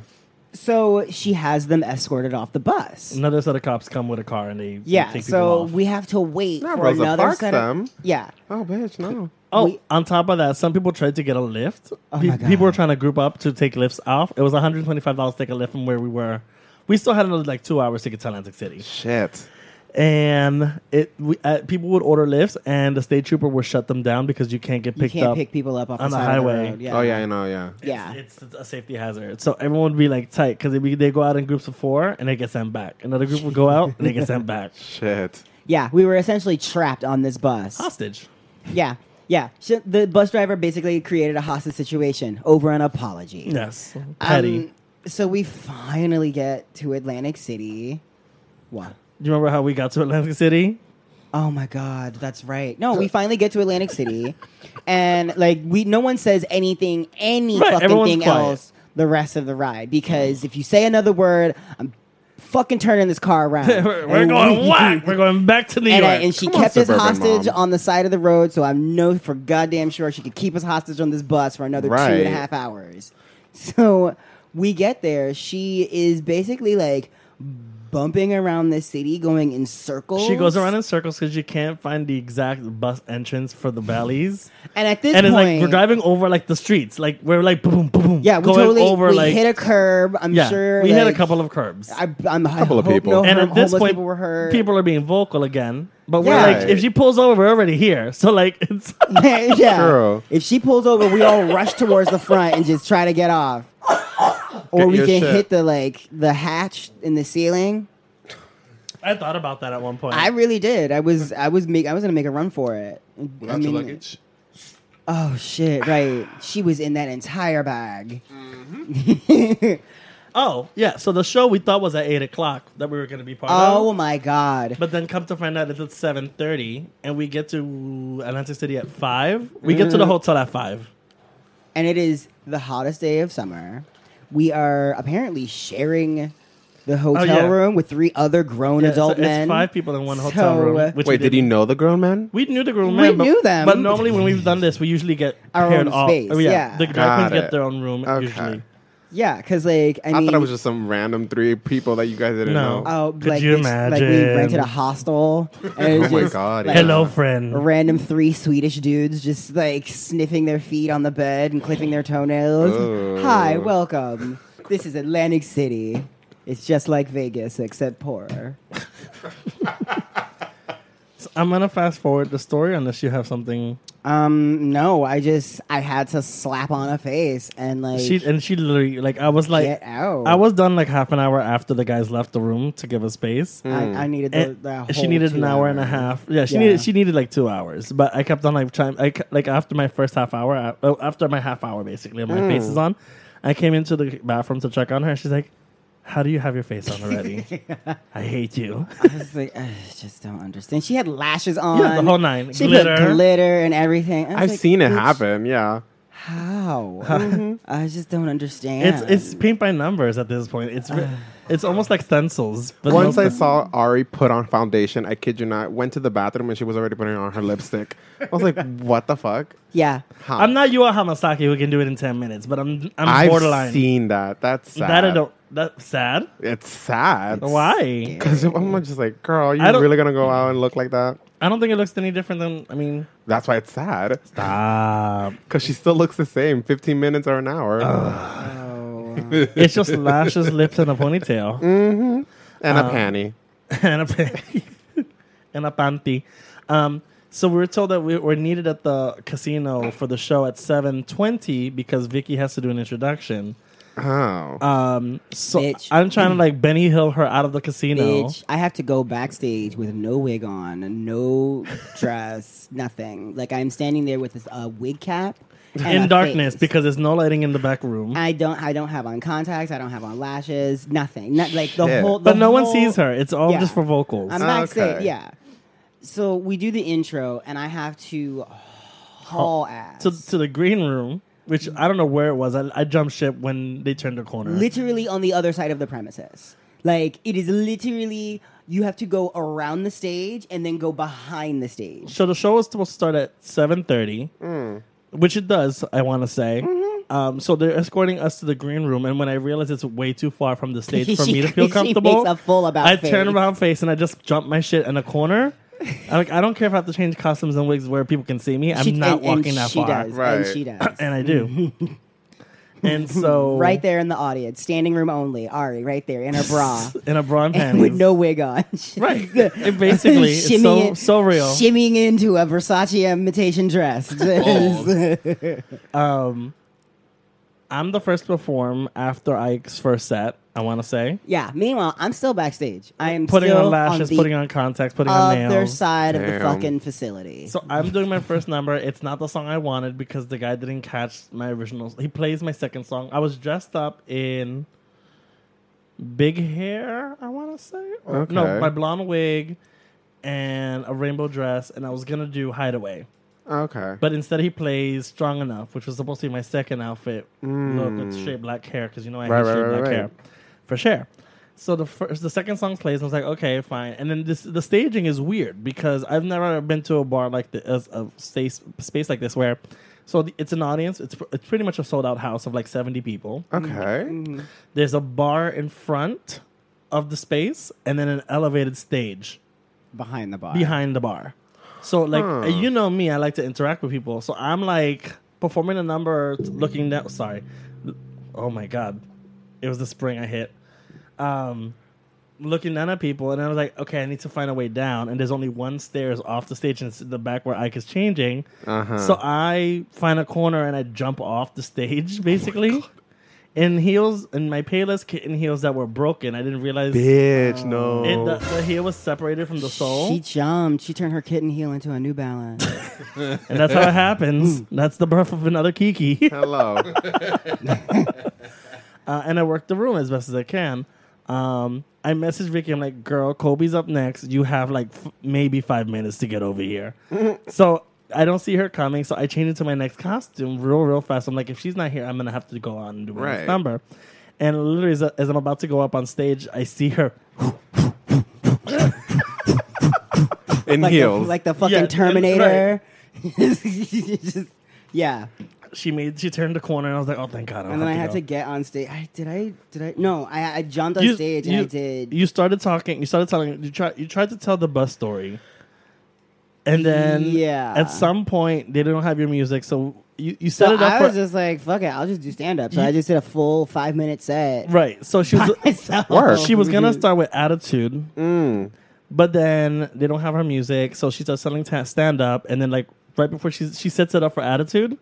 A: So she has them escorted off the bus.
B: Another set of cops come with a car and they
A: Yeah.
B: Mm. Take people
A: So
B: off.
A: we have to wait
C: Not
A: for
C: Rosa
A: another
C: Parks
A: set. of-
C: them.
A: yeah.
C: Oh, bitch, no.
B: Oh,
A: We-
B: on top of that, some people tried to get a lift.
A: Oh
B: Pe-
A: my God.
B: People were trying to group up to take lifts off. It was one hundred twenty-five dollars to take a lift from where we were. We still had another like two hours to get to Atlantic City,
C: Shit.
B: and it we, uh, people would order lifts, and the state trooper would shut them down because you can't get
A: You
B: picked
A: can't
B: up.
A: pick people up off
B: on
A: the
B: the
A: side of
B: highway.
A: road. Yeah.
C: Oh yeah, I know. Yeah.
A: Yeah.
B: It's, it's a safety hazard, so everyone would be like tight because they, they go out in groups of four and they get sent back. Another group would go out and they get
A: [LAUGHS]
B: sent back.
C: Shit.
A: Yeah. We were essentially trapped on this bus.
B: Hostage.
A: Yeah. Yeah. Sh- the bus driver basically created a hostage situation over an apology.
B: Yes,
A: Um,
B: petty.
A: so we finally get to Atlantic City. What?
B: Do you remember how we got to
A: [LAUGHS]
B: Atlantic City?
A: Oh my god, that's right. No, we finally get to Atlantic
B: [LAUGHS]
A: City, and like we, no one says anything, any
B: Right,
A: fucking
B: everyone's
A: thing
B: quiet.
A: else the rest of the ride because if you say another word, I'm fucking turning this car around.
B: We're, [LAUGHS]
A: [LAUGHS]
B: we're going whack. [LAUGHS] We're going back to New
A: And,
B: York.
A: I, and she
C: Come on,
A: kept us
C: suburban
A: hostage
C: mom.
A: on the side of the road, so I'm no for goddamn sure she could keep us hostage on this bus for another two and
C: Right.
A: a half hours. [LAUGHS] So we get there. She is basically like bumping around the city, going in circles.
B: She goes around in circles because you can't find the exact bus entrance for the
A: [LAUGHS]
B: valleys.
A: and at this
B: and it's
A: point,
B: like we're driving over like the streets. Like we're like boom, boom, boom.
A: Yeah, we
B: going
A: totally
B: over
A: we
B: like
A: hit a curb. I'm
B: yeah,
A: sure
B: we hit a
A: like,
B: couple of curbs.
A: I, I'm a
C: Couple of people.
A: No
B: and
A: harm-
B: at this
A: homeless
B: point,
A: people were hurt.
B: people are being vocal again. But
A: Yeah.
B: we're like, if she pulls over, we're already here. [LAUGHS] So like, it's
A: [LAUGHS] yeah.
C: Girl.
A: If she pulls over, we all rush towards the front and just try to get off. Or
C: Get
A: we
C: your
A: can
C: shit.
A: hit the like the hatch in the ceiling.
B: I thought about that at one point.
A: I really did. I was I was make I was gonna make a run for it.
D: Without
A: I mean,
D: your luggage.
A: Oh shit! Right, she was in that entire bag. [LAUGHS]
B: oh yeah, so the show we thought was at eight o'clock that we were going to be part of.
A: Oh my god!
B: But then come to find out it's at seven thirty, and we get to Atlantic City at five. We get to
A: Mm.
B: the hotel at five.
A: and it is the hottest day of summer. We are apparently sharing the hotel
B: yeah.
A: room with three other grown
B: Yeah, so
A: adult men.
B: It's five people in one
A: So,
B: hotel
A: uh,
B: room. Which we
C: Wait, did you
B: didn't.
C: know the grown man?
B: We knew the groom. man, but,
A: knew them.
B: but normally when we've done this, we usually get
A: Our
B: paired
A: own
B: off.
A: space,
B: Oh,
A: yeah.
B: the
C: Got
B: drag queens
C: it.
B: get their own room
C: Okay.
B: usually.
A: Yeah, because like I,
C: I,
A: mean,
C: thought it was just some random three people that you guys didn't
B: No.
C: know.
A: oh,
B: Could
A: like,
B: you
A: we- like we
B: imagine?
A: rented a hostel. And it was
C: Oh my
A: just,
C: God,
A: like,
C: yeah.
B: Hello, friend.
A: Random three Swedish dudes just like sniffing their feet on the bed and clipping their toenails.
C: Ooh.
A: Hi, welcome. This is Atlantic City. It's just like Vegas, except poorer.
B: So I'm gonna fast forward the story unless you have something.
A: Um, no, I just I had to slap on a face and like
B: She and she literally like I was like
A: Get out.
B: I was done like half an hour after the guys left the room to give us space.
A: I, I
C: Mm.
A: needed Mm. the,
B: And
A: that whole
B: she needed an
A: two
B: hour and a half. Yeah, she
A: Yeah.
B: needed she needed like two hours. But I kept on like trying. I ke- like after my first half hour, I- oh, after my half hour basically,
A: Mm.
B: and my face is on. I came into the bathroom to check on her. She's like, "How do you have your face on
A: [LAUGHS]
B: already? I hate you."
A: [LAUGHS] I was like, I just don't understand. She had lashes on.
B: Yeah, the whole nine.
A: She put
B: Glitter.
A: glitter and everything. I was
C: I've
A: like,
C: seen it
A: "Bitch,
C: happen. Yeah.
A: [LAUGHS] How? Mm-hmm. I just don't understand.
B: It's it's paint by numbers at this point.
A: [SIGHS]
B: It's re- it's almost like stencils. But
C: Once
B: no-
C: I saw Ari put on foundation, I kid you not, went to the bathroom and she was already putting on her lipstick. I was
B: [LAUGHS]
C: like, what the fuck?
A: yeah.
C: Huh.
B: I'm not Yua Hamasaki who can do it in ten minutes, but I'm I'm
C: I've
B: borderline.
C: seen that. That's sad.
B: That I don't. That's sad.
C: It's sad. [LAUGHS]
B: Why?
C: Because I'm just like, girl, are you
B: I don't-
C: really going to go out and look like that?
B: I don't think it looks any different than. I mean,
C: That's why it's sad.
B: ah,
C: Because she still looks the same 15 minutes or an hour.
A: Oh.
B: [LAUGHS] it's just
C: [LAUGHS] Mm.
B: [LAUGHS] lashes, lips, and a ponytail
C: and a panty.
B: and a panty. [LAUGHS] in a panty. Um, so we were told that we were needed at the casino for the show at seven twenty because Vicky has to do an introduction.
C: Oh.
B: Um, so
A: Bitch.
B: I'm trying to like Benny Hill her out of the casino.
A: Bitch, I have to go backstage with no wig on, no dress, nothing. Like I'm standing there with this uh, wig cap and a
B: in darkness
A: face.
B: because there's no lighting in the back room.
A: I don't. I don't have on contacts. I don't have on lashes. Nothing. Not like the
C: Shit.
A: whole.
B: but
A: the
B: no one
A: whole-
B: sees her. It's all
A: Yeah.
B: just for vocals.
A: I'm
C: Oh,
A: backstage.
C: okay.
A: Yeah. So we do the intro, and I have to haul ass.
B: to, to the green room, which I don't know where it was. I, I jumped ship when they turned the corner.
A: literally on the other side of the premises. Like it is literally you have to go around the stage and then go behind the stage.
B: So the show was supposed to start at seven thirty,
A: Mm.
B: which it does. I want to say.
A: Mm-hmm.
B: Um, so they're escorting us to the green room, and when I realized it's way too far
A: [LAUGHS]
B: from the stage for me
A: She-
B: to feel
A: she
B: comfortable,
A: makes a full about
B: I
A: face.
B: turn around face and I just jump my shit in
A: [LAUGHS]
B: a corner. I, like, I don't care if I have to change costumes and wigs where people can see me. I'm
A: She-
B: not
A: and- and
B: walking that
A: she
B: far,
A: Does,
C: Right.
A: And she does.
B: [LAUGHS] and
A: [LAUGHS]
B: I do. and so
A: right there in the audience, standing room only. Ari, right there in her
B: [LAUGHS]
A: bra. [LAUGHS]
B: in a bra and
A: and
B: panties
A: with no wig on. [LAUGHS] She's
B: [LAUGHS] Right. It basically it's so
A: shimmying-
B: so real.
A: Shimmying into a Versace imitation dress. [LAUGHS]
B: Oh. I'm the first to perform after Ike's first set. I want to say
A: yeah. Meanwhile, I'm still backstage. I am
B: putting
A: still
B: on lashes,
A: the
B: putting on contacts, putting on
A: other
B: nails.
A: side of the
C: Damn.
A: fucking facility.
B: so I'm doing my first number. It's not the song I wanted because the guy didn't catch my original. He plays my second song. I was dressed up in big hair. I want to say Or-
C: Okay.
B: no, my blonde wig and a rainbow dress, and I was gonna do Hideaway.
C: okay.
B: But instead, he plays Strong Enough, which was supposed to be my second outfit. Look with straight black hair, because you know I
C: Mm. Right,
B: hate
C: right,
B: straight
C: right,
B: black
C: right.
B: hair. For sure. So the first, the second song plays, and I was like, okay, fine. And then this, the staging is weird because I've never been to a bar like the as a space space like this where, so the, it's an audience. It's pr- it's pretty much a sold out house of like seventy people.
C: okay.
B: There's a bar in front of the space, and then an elevated stage
A: behind the bar.
B: behind the bar. So like
C: Huh.
B: you know me, I like to interact with people. So I'm like performing a number, t- looking down. Sorry, oh my god, it was the spring I hit. Um, looking down at people, and I was like, okay, I need to find a way down. And there's only one stairs off the stage, and it's in the back where Ike is changing.
C: Uh-huh.
B: So I find a corner and I jump off the
C: Oh
B: stage, basically. in heels, in my Payless kitten heels that were broken. I didn't realize
C: Bitch, no.
B: it, the, the heel was separated from the sole.
A: She jumped. She turned her kitten heel into a New Balance.
B: And
A: [LAUGHS]
B: that's how it happens. That's the birth of another Kiki. [LAUGHS]
C: Hello.
B: Uh, and I work the room as best as I can. Um, I messaged Vicky. I'm like, girl, Kobe's up next. You have like f- maybe five minutes to get
A: [LAUGHS]
B: over here. so I don't see her coming. So I change into my next costume real, real fast. I'm like, if she's not here, I'm going to have to go on and do my
C: Right.
B: next number. And literally, as, as I'm about to go up on stage, I see her
C: In
A: like, the,
C: heels.
A: like the fucking
B: Yeah, and- [LAUGHS]
A: Terminator. Just- yeah.
B: she made she turned the corner and I was like, oh thank God! I don't
A: And then I
B: have
A: had
B: go.
A: to get on stage. I, did I? Did I? No, I, I jumped on stage and I did.
B: You started talking. You started telling. You tried. You tried to tell the bus story, and then
A: Yeah.
B: at some point they don't have your music, so you you set
A: so
B: it up.
A: I
B: for,
A: was just like, fuck it, I'll just do stand up. So I just did a full five minute set.
B: right. So she was
A: Myself.
C: Work.
B: she
A: [LAUGHS]
B: was
A: Mm-hmm.
B: gonna start with attitude,
C: Mm.
B: but then they don't have her music, so she starts selling ta- stand up, and then like right before she she sets it up for attitude,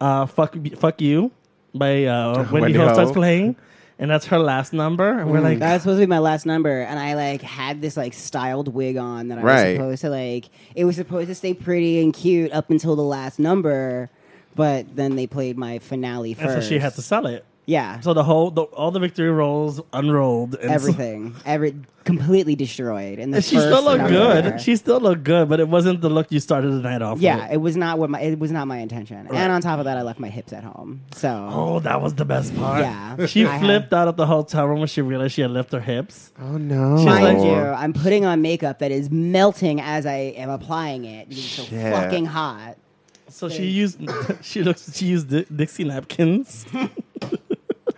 B: uh, fuck fuck you by uh, Wendy,
C: Wendy
B: Ho starts
C: Ho.
B: playing, and that's her last number, and we're
C: Mm.
B: like.
A: That was supposed to be my last number, and I like had this like styled wig on that I
C: Right.
A: was supposed to like. It was supposed to stay pretty and cute up until the last number, but then they played my finale
B: and
A: first.
B: so she had to sell it.
A: yeah,
B: [LAUGHS] So the whole, the, all the victory rolls unrolled. And so-
A: everything, every completely destroyed. And the
B: and [LAUGHS] she still
A: first
B: looked
A: number.
B: good. She still looked good, but it wasn't the look you started the night off.
A: yeah,
B: With.
A: it was not what my it was not my intention.
B: Right.
A: And on top of that, I left my hips at home. So
B: Oh, that was the best part.
A: Yeah.
B: [LAUGHS] She
A: I had-
B: flipped out of the hotel room when she realized she had left her hips.
C: oh, no.
A: mind you, I'm putting on makeup that is melting as I am applying it. It's so
C: Shit.
A: fucking hot.
B: [LAUGHS] So she used she looks she used Di- Dixie napkins.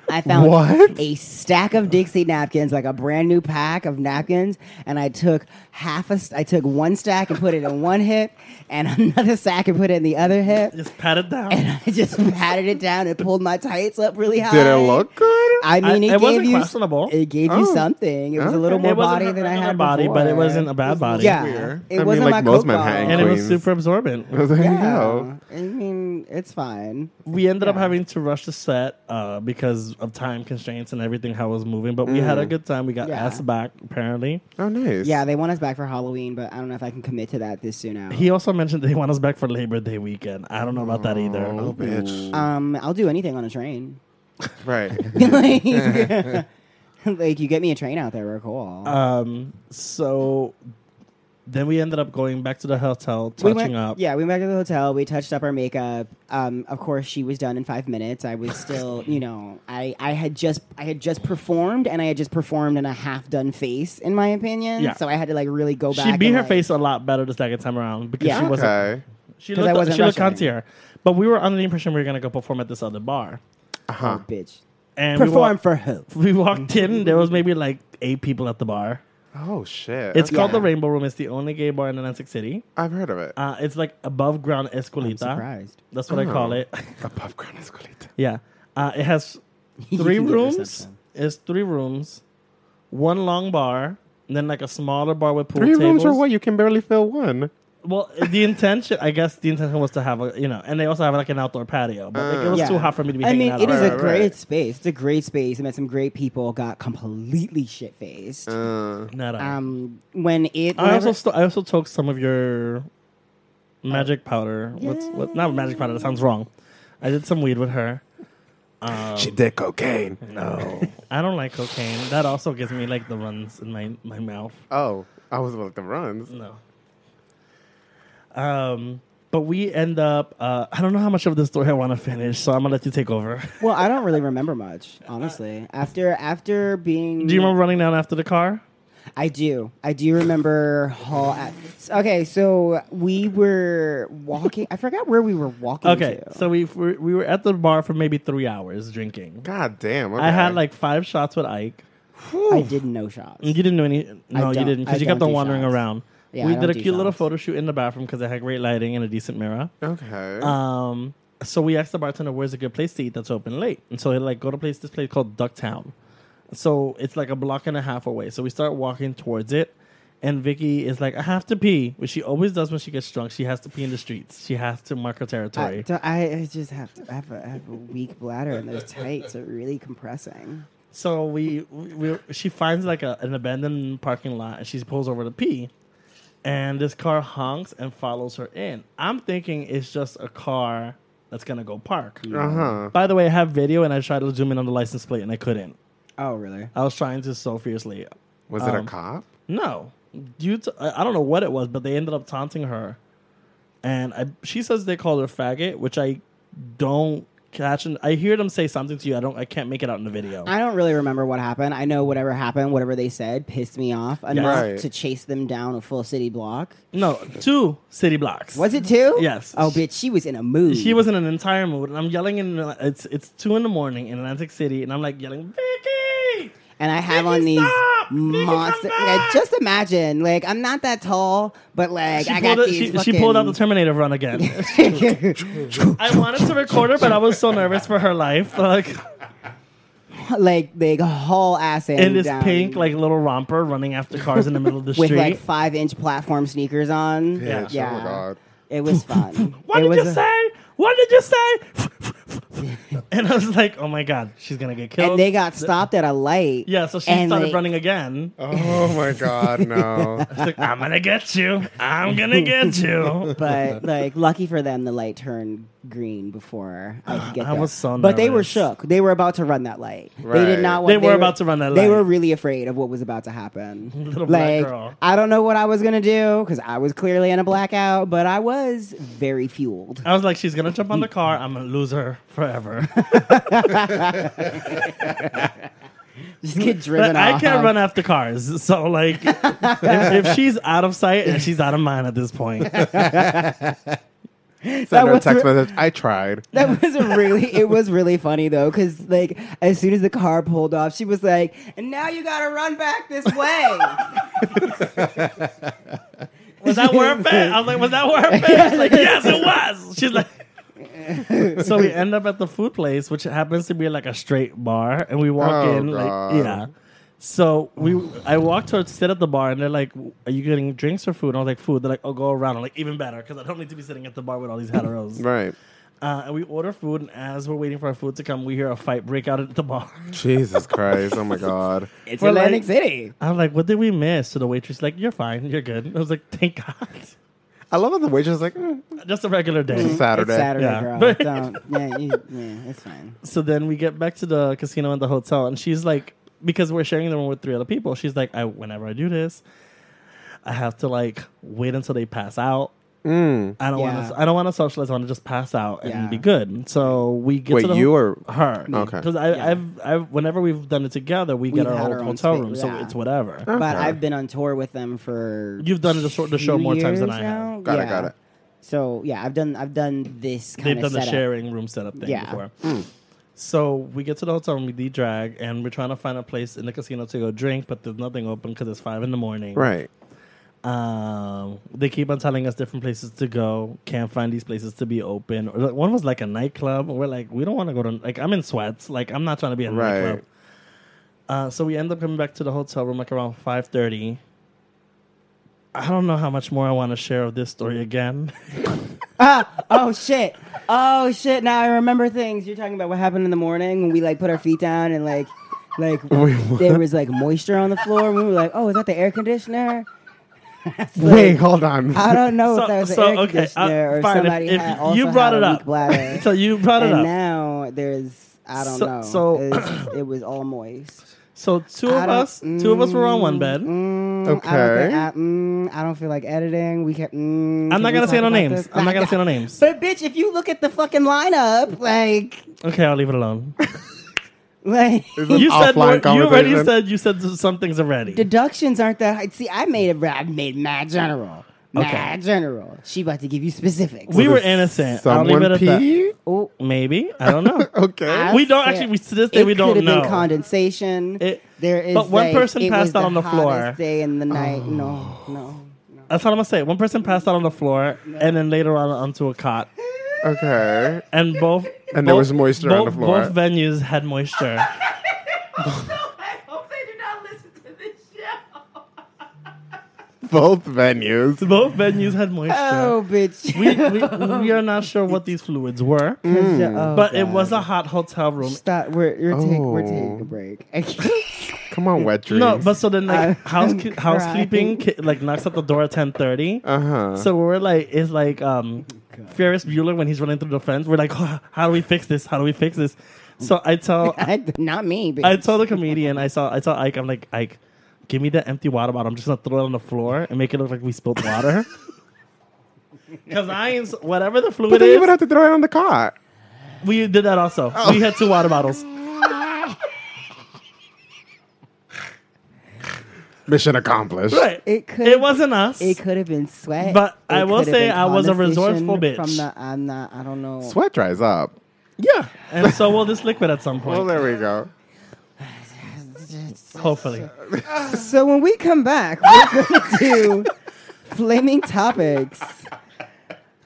A: I found
C: What?
A: a stack of Dixie napkins, like a brand new pack of napkins, and I took half a. St- I took one stack and put it in one hip, and [LAUGHS] another stack and put it in the other hip,
B: [LAUGHS] Just pat it down.
A: and I just [LAUGHS] patted it down and pulled my tights up really high.
C: Did it look good?
A: I mean,
B: I-
A: it,
B: it
A: gave
B: wasn't
A: you
B: questionable.
A: It gave you
C: Oh.
A: something. It was a little
C: Okay.
A: more
B: It wasn't
A: body
B: her
A: than I
B: regular
A: had
B: body,
A: before.
B: but it wasn't a bad body.
A: Yeah,
D: Queer.
A: it
C: I mean,
A: wasn't
C: like
A: my
C: most
A: Coke
B: and
C: Manhattan
A: bottle.
B: it was
C: Queens.
B: super absorbent.
C: Oh, there you
A: Yeah,
C: go.
A: I mean, it's fine.
B: We ended up having to rush the set uh, because of time constraints and everything how it was moving, but we had a good time. We got
A: Yeah.
B: asked back apparently.
C: Oh, nice.
A: Yeah, they want us back for Halloween, but I don't know if I can commit to that this soon out.
B: He also mentioned they want us back for Labor Day weekend. I don't know about that either.
C: Oh, bitch.
A: Um, I'll do anything on a train. [LAUGHS]
B: Mm. [LAUGHS]
C: Right.
A: like, [LAUGHS] like, you get me a train out there, we're cool.
B: Um, so then we ended up going back to the hotel,
A: we
B: touching
A: went,
B: up.
A: yeah, we went back to the hotel. We touched up our makeup. Um, of course, she was done in five minutes. I was
B: [LAUGHS]
A: still, you know, I, I had just, I had just performed, and I had just performed in a half-done face, in my opinion.
B: Yeah.
A: So I had to like really go back.
B: She beat
A: and,
B: her
A: like-
B: face a lot better the second time around because
A: Yeah.
B: she wasn't.
C: Okay.
B: She
A: 'Cause I
B: looked.
A: wasn't
B: she looked
A: rushing.
B: concierge, but we were under the impression we were gonna go perform at this other bar.
A: Oh, bitch.
B: And we
A: Perform
B: walked, [LAUGHS]
A: for who?
B: we walked in. There was maybe like eight people at the bar.
C: Oh, shit.
B: It's
C: Okay.
B: called the Rainbow Room. It's the only gay bar in Atlantic City.
C: I've heard of it.
B: Uh, it's like above ground escolita.
A: surprised.
B: That's what I call
C: Oh.
B: it. [LAUGHS]
C: Above ground escalator.
B: yeah. Uh, it [LAUGHS] has
A: You
B: three
A: can get
B: rooms.
A: reception.
B: It's three rooms, one long bar, and then like a smaller bar with pool
C: Three
B: tables.
C: rooms for what? You can barely fill one.
B: Well, the intention, I guess, the intention was to have a, you know, and they also have like an outdoor patio, but like, it was
A: Yeah.
B: too hot for me to be.
A: I
B: hanging
A: mean,
B: out
A: it is
B: outside.
A: a
C: Right,
A: great
C: right.
A: space. It's a great space. I met some great people. Got completely shit faced.
C: Uh,
B: Not a-
A: um, when it
B: I
A: whenever-
B: also st- I also took some of your magic powder. What's what? Not magic powder. That sounds wrong. I did some weed with her.
C: she did cocaine.
B: No, [LAUGHS] I don't like cocaine. That also gives me like the runs in my my mouth.
C: Oh, I was about the runs.
B: No. Um, but we end up. Uh, I don't know how much of this story I want to finish, so I'm gonna let you take over.
A: well, I don't really remember much, honestly. After after being,
B: Do you remember running down after the car?
A: I do. I do remember hall. At, okay, so we were walking. I forgot where we were walking.
B: Okay,
A: to.
B: so we we we were at the bar for maybe three hours drinking.
C: God damn.
B: I
C: okay.
B: had like five shots with Ike.
A: I did no shots.
B: You didn't do any. No, you
A: don't-
B: didn't
A: I
B: because you kept
A: don't
B: on
A: do
B: wandering
A: shots.
B: around.
A: Yeah,
B: we
A: I
B: did
A: don't
B: a
A: do
B: cute little
A: shots.
B: photo shoot in the bathroom because it had great lighting and a decent mirror.
C: Okay.
B: Um, so we asked the bartender where's a good place to eat that's open late, and so they like go to place this place called Ducktown. So it's like a block and a half away. So we start walking towards it, and Vicky is like, "I have to pee," which she always does when she gets drunk. She has to pee in the streets. She has to mark her
A: I,
B: territory.
A: Uh, d- I- I just have to I have, a, I have a weak bladder, and those tights are really compressing.
B: So we, we, we- she finds like a, an abandoned parking lot and she pulls over to pee. And this car honks and follows her in. I'm thinking it's just a car that's gonna go park.
C: Uh huh.
B: By the way, I have video and I tried to zoom in on the license plate and I couldn't.
A: Oh, really?
B: I was trying to so fiercely.
C: Was it a
B: um,
C: cop?
B: No, you. T- I I don't know what it was, but they ended up taunting her, and I, she says they called her faggot, which I don't catch. And I hear them say something to you. I don't. I can't make it out in the video.
A: I don't really remember what happened. I know whatever happened, whatever they said, pissed me off enough
C: Right.
A: to chase them down a full city block.
B: No, two city blocks.
A: Was it two?
B: Yes.
A: Oh, bitch, she was in a mood.
B: She was in an entire mood, and I'm yelling in. It's it's two in the morning in Atlantic City, and I'm like yelling, Vicky.
A: And I have
B: Nikki,
A: on these
B: stop! Nikki, come
A: monster.
B: back!
A: Like, just imagine, like I'm not that tall, but like
B: She,
A: I got
B: pulled, out-
A: these.
B: she,
A: fucking...
B: she pulled out the Terminator run again.
A: [LAUGHS]
B: I wanted to record her, but I was so nervous for her life. Like
A: [LAUGHS] like they haul ass in
B: in this
A: down
B: pink, like little romper, running after cars in the middle of the
A: [LAUGHS] with
B: street.
A: like five inch platform sneakers on.
C: Bitch,
B: Yeah.
C: Oh, my
B: [LAUGHS]
C: God.
A: It was fun.
B: what
A: it
B: did
A: was
B: you
A: a-
B: say? What did you say? [LAUGHS] and I was like, oh my god, she's gonna get killed.
A: And they got stopped at a light.
B: yeah, so she
A: and
B: started
A: they-
B: running again.
C: Oh, my God.
B: [LAUGHS]
C: No.
B: She's like, I'm gonna get you.
A: [LAUGHS]
B: I'm gonna get you. [LAUGHS]
A: But like, lucky for them, the light turned green before I could get
B: I
A: there.
B: was so
A: But they were
B: nervous.
A: shook. They were about to run that light. They
C: Right.
A: did not. Want,
B: They were about to run that
A: They
B: light.
A: were really afraid of what was about to happen.
B: [LAUGHS] Little black
A: like,
B: girl.
A: I don't know what I was gonna do because I was clearly in a blackout, but I was very fueled. [LAUGHS]
B: I was like, she's gonna jump on the car. I'm gonna lose her forever.
A: Just get driven
B: But [LAUGHS] I
A: off.
B: can't run after cars.
A: [LAUGHS]
B: So like, if, if she's out of sight, and she's out of mind at this point.
C: Send her a
A: was
C: text
A: re-
C: message. I tried.
A: That was a really. It was really funny though, because like as soon as the car pulled off, she was like, "And now you gotta run back this
B: [LAUGHS]
A: way."
B: Was that [LAUGHS] worth it? I was like, was that worth it? She's like, yes, it was. She's like, [LAUGHS] so we end up at the food place, which happens to be like a straight bar, and we walk
C: Oh,
B: in
C: God.
B: like yeah. So we, I walked to sit at the bar, and they're like, "Are you getting drinks or food?" And I was like, "Food." They're like, "Oh, go around." I'm like, "Even better," because I don't need to be sitting at the bar with
C: [LAUGHS]
B: all these heteros.
C: Right.
B: Uh, and we order food, and as we're waiting for our food to come, we hear a fight break out at the bar. [LAUGHS]
C: Jesus Christ. Oh my God.
A: It's
B: We're
A: Atlantic
B: like-
A: City.
B: I'm like, "What did we miss?" So the waitress like, "You're fine, you're good." I was like, "Thank God, [LAUGHS]
C: I love how the waitress is like, mm,
B: just a regular day."
C: it's Saturday.
A: It's Saturday,
B: Yeah. [LAUGHS]
A: girl. Don't. Yeah, you, yeah, it's fine.
B: So then we get back to the casino and the hotel, and she's like, because we're sharing the room with three other people, she's like, I whenever I do this, I have to like wait until they pass out.
C: Mm.
B: I don't want
A: Yeah.
B: to. I don't want to socialize. I want to just pass out and
A: Yeah.
B: be good. So we get
C: Wait,
B: to the
C: you or
B: her?
C: Okay.
B: Because I,
A: Yeah.
B: I've, I've, whenever we've done it together, we
A: We've
B: get our
A: had
B: own
A: our own
B: hotel
A: space,
B: room, so
A: yeah.
B: it's whatever.
A: But
C: Okay.
A: I've been on tour with them for
B: You've done the show- the show
A: few
B: more times than
A: years
B: I have.
A: now.
C: Got it,
A: Yeah.
C: got it.
A: So yeah, I've done I've done this kind
B: They've
A: of
B: done the
A: setup.
B: sharing room setup thing
A: Yeah.
B: before.
C: Hmm.
B: So we get to the hotel and we de drag, and we're trying to find a place in the casino to go drink, but there's nothing open because it's five in the morning.
C: Right. [LAUGHS]
B: Um, they keep on telling us different places to go. Can't find these places to be open. Or like, one was like a nightclub. We're like, we don't want to go to like. I'm in sweats. Like I'm not trying to be in a
C: Right.
B: nightclub. Uh, so we end up coming back to the hotel room like around five thirty. I don't know how much more I want to share of this
A: [LAUGHS]
B: story again.
A: Ah, oh shit! Oh shit! Now I remember things. You're talking about what happened in the morning when we like put our feet down and like, like
C: [LAUGHS] Wait, what?
A: there was like moisture on the floor. and We were like, oh, is that the air conditioner? [LAUGHS] It's
C: Wait,
A: like,
C: hold on. [LAUGHS]
A: I don't know Oh, if that was the air
B: uh,
A: conditioner or
B: fine, if-
A: somebody
B: if
A: had also
B: you brought
A: had
B: it
A: a
B: up.
A: weak bladder.
B: [LAUGHS] so you brought it
A: and
B: up.
A: now there's I don't
B: So-
A: know.
B: so-
A: It's- it was all moist.
B: so [CLEARS THROAT] two of
A: I don't-
B: us, two of us were on one bed.
A: Mm, I don't,
C: Okay.
A: think I, mm, I don't feel like editing. We kept.
B: I'm not gonna say no names. I'm not gonna say no
A: [LAUGHS]
B: names.
A: But bitch, if you look at the fucking lineup, like,
B: Okay, I'll leave it alone.
A: like
C: an
B: you said
C: offline
B: more- you already
C: conversation.
B: said you said some things already.
A: deductions aren't that high. See, I made a I made mad general. Mad
B: Okay.
A: general. She about to give you specifics.
B: we were innocent. I'll leave
C: Someone
B: it at that.
C: pee?
A: Oh,
B: Maybe I
A: [LAUGHS]
B: don't know.
C: Okay.
A: I
B: we don't
A: said-
B: actually. We to this day
A: it
B: we
A: could
B: don't
A: have
B: know.
A: Been condensation.
B: It-
A: there is.
B: but one
A: like,
B: person
A: it
B: passed
A: was
B: out on the floor. Oh.
A: hottest Day in the night. No, no, no.
B: That's what I'm gonna say. One person passed out on the floor, and then later on onto a cot,
C: Okay.
B: and both
C: [LAUGHS] And there
B: both-
C: was moisture on
B: both-
C: the floor.
B: Both venues had moisture.
A: [LAUGHS]
E: I hope they do not listen to this show.
C: Both venues.
B: both venues had moisture.
A: Oh, bitch.
B: We, we, we are not sure what these fluids were,
A: [LAUGHS] Oh,
B: but it
A: God.
B: was a hot hotel room.
A: Stop. We're you're take, we're
C: Oh.
A: taking a break. [LAUGHS]
C: Come on, wet dreams.
B: No, but so then like house
A: [LAUGHS] I'm
B: housekeeping
A: crying.
B: ki- like knocks at the door at ten thirty.
C: uh huh.
B: So we're like, it's like um, Ferris Bueller when he's running through the fence. We're like, [LAUGHS] how do we fix this? How do we fix this? So I
C: [LAUGHS]
B: tell
A: I- not me. Bitch.
B: I told the comedian, I saw I saw Ike. I'm like, Ike, give me that empty water bottle. I'm just gonna throw it on the floor and make it look like we spilled
C: [LAUGHS]
B: water. Because I ain't s- whatever the
C: but
B: fluid
C: then you Oh. would
B: is,
C: have to throw it on the cot.
B: we did that also. We had two water
C: [LAUGHS]
B: bottles.
C: Mission accomplished.
B: Right.
A: It could.
B: It wasn't us.
A: It could have been sweat.
B: But
A: It
B: I will
A: could have
B: say
A: been
B: I was a
A: condensation
B: resourceful bitch.
A: From the, I'm not. I don't know.
C: Sweat dries up.
B: yeah. And so will this liquid at some
C: Well,
B: point.
C: there we go.
B: Hopefully.
A: So when we come back, we're gonna do flaming topics.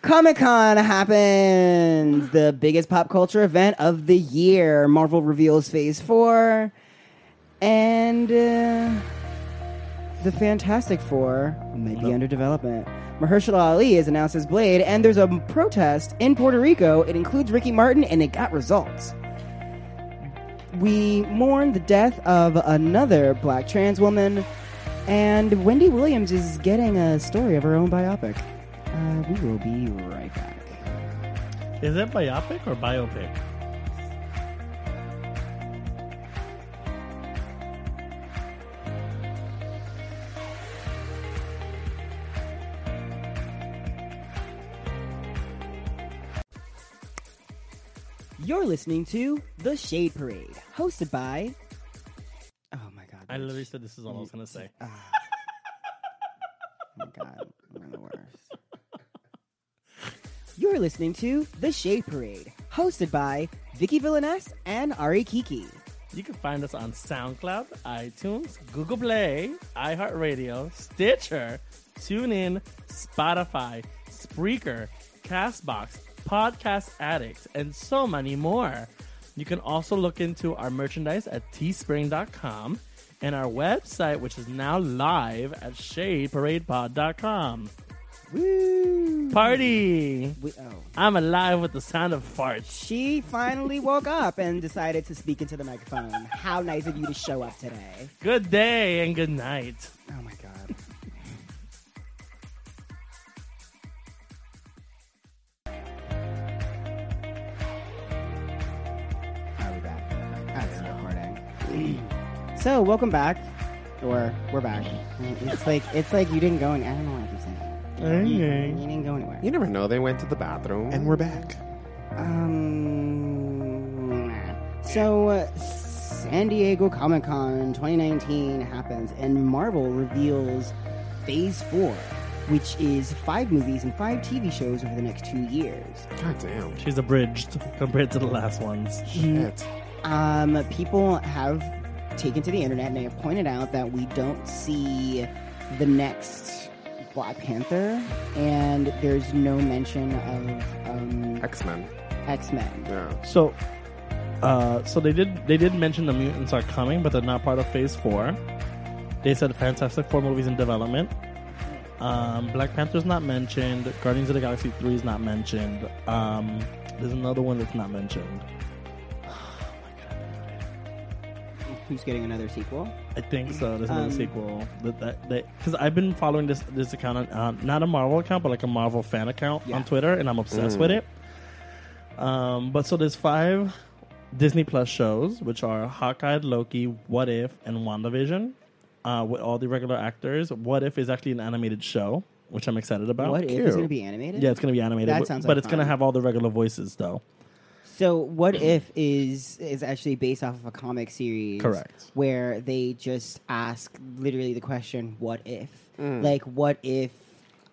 A: Comic Con happens, the biggest pop culture event of the year. Marvel reveals Phase Four, and uh, the Fantastic Four might be under development. Mahershala Ali is announced as Blade, and there's a protest in Puerto Rico. It includes Ricky Martin, and it got results we mourn the death of another black trans woman, and Wendy Williams is getting a story of her own biopic. Uh, we will be right back.
C: uh,
B: Is it biopic or biopic?
A: You're listening to The Shade Parade, hosted by. Oh my god.
B: I
A: bitch.
B: literally said this is all I was gonna say.
A: Oh my god. We're the worst. You're listening to The Shade Parade, hosted by Vicky Villaness and Ari Kiki.
B: You can find us on SoundCloud, iTunes, Google Play, iHeartRadio, Stitcher, TuneIn, Spotify, Spreaker, Castbox, Podcast Addict, and so many more. You can also look into our merchandise at teespring.com and our website, which is now live at shadeparadepod.com.
A: Woo!
B: Party!
A: We, oh.
B: I'm alive with the sound of farts.
A: She finally woke up and decided to speak into the microphone. How nice of you to show up today.
B: Good day and good night.
A: Oh my god. Are we back? Oh, it's recording. So welcome back, or we're back. It's like it's like you didn't go. In, I don't know why I keep saying that. You didn't go anywhere.
C: You never know. They went to the bathroom.
D: And we're back.
A: Um, nah. so uh, San Diego Comic Con 2019 happens, and Marvel reveals Phase Four, which is five movies and five TV shows over the next two years.
C: God damn.
B: She's abridged compared to the last ones.
C: Shit.
A: Um, people have taken to the internet and they have pointed out that we don't see the next Black Panther, and there's no mention of um,
C: X Men.
A: X Men.
C: Yeah.
B: So, uh, so they did they did mention the mutants are coming, but they're not part of Phase Four. They said Fantastic Four movies in development. Um, Black Panther's not mentioned. Guardians of the Galaxy Three is not mentioned. Um, there's another one that's not mentioned.
A: Who's getting another sequel?
B: I think so. There's another
A: Um,
B: sequel. That that because I've been following this this account on uh, not a Marvel account, but like a Marvel fan account
A: Yeah.
B: on Twitter, and I'm obsessed with it. Um, but so there's five Disney Plus shows, which are Hawkeye, Loki, What If, and WandaVision, uh, with all the regular actors. What If is actually an animated show, which I'm excited about.
A: what if it's
C: cute.
A: going to be animated?
B: Yeah, it's gonna be animated.
A: That
B: but-
A: sounds
B: but
A: like
B: it's gonna
A: fun.
B: have all the regular voices though.
A: So what if is is actually based off of a comic series?
B: Correct.
A: Where they just ask literally the question, "What if?" Like, what if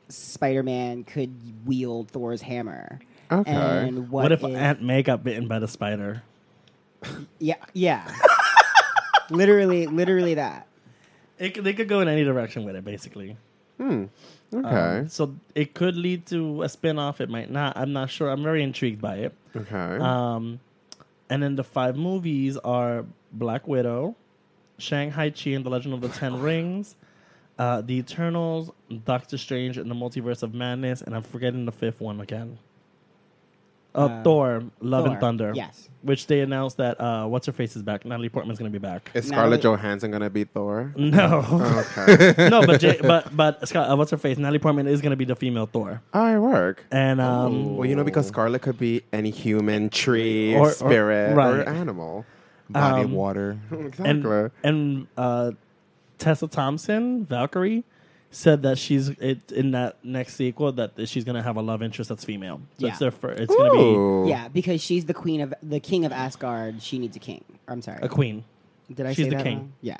A: Spider-Man could wield Thor's hammer?
C: Okay.
A: And what,
B: What, if, Aunt May got bitten by the spider?
A: yeah, yeah. [LAUGHS] literally, literally that.
B: It, could- they could go in any direction with it, basically. Um,
C: Okay.
B: So it could lead to a spin off. It might not. I'm not sure. I'm very intrigued by it.
C: okay.
B: Um, and then the five movies are Black Widow, Shanghai Chi and the Legend of the
C: [SIGHS]
B: Ten Rings, uh, The Eternals, Doctor Strange and the Multiverse of Madness, and I'm forgetting the fifth one again. Uh,
A: Uh,
B: Thor, Love
A: Thor,
B: and Thunder.
A: yes.
B: Which they announced that uh, what's her face is back. Natalie Portman's gonna be back.
C: Is
A: now
C: Scarlett
A: it-
C: Johansson gonna be Thor?
B: [LAUGHS] no, [LAUGHS]
C: Okay.
B: no, but
C: [LAUGHS]
B: J- but but Scott, uh, what's her face? Natalie Portman is gonna be the female Thor,
C: I work.
B: and
A: Oh.
B: um,
C: Well, you know, because Scarlet could be any human, tree,
B: Or- or-
C: spirit, or,
B: right.
C: animal.
F: body
B: Um,
F: water.
C: Exactly.
B: and and uh, Tessa Thompson, Valkyrie, said that she's it, in that next sequel that th- she's gonna have a love interest that's female. So
A: Yeah.
B: it's their first, It's gonna
C: Ooh.
A: Yeah, because she's the queen of the king of Asgard. She needs a king. I'm sorry.
B: be a queen.
A: Did I
B: she's
A: say
B: the
A: that
B: king.
A: wrong? Yeah,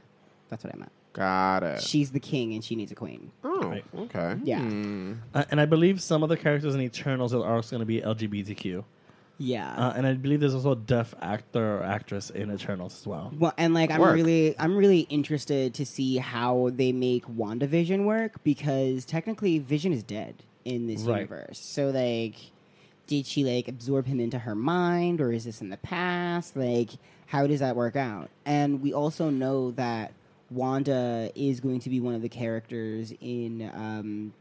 A: that's what I meant.
C: Got it.
A: She's the king and she needs a queen.
C: oh,
B: Right.
C: okay.
A: Yeah.
C: Hmm.
B: Uh, and I believe some of the characters in Eternals are also gonna be LGBTQ.
A: Yeah.
B: Uh, and I believe there's also a deaf actor or actress in Eternals as well.
A: Well, and like I'm
C: Work.
A: really, I'm really interested to see how they make WandaVision work because technically Vision is dead in this
B: Right.
A: universe. So like, did she like absorb him into her mind, or is this in the past? Like, how does that work out? And we also know that Wanda is going to be one of the characters in um,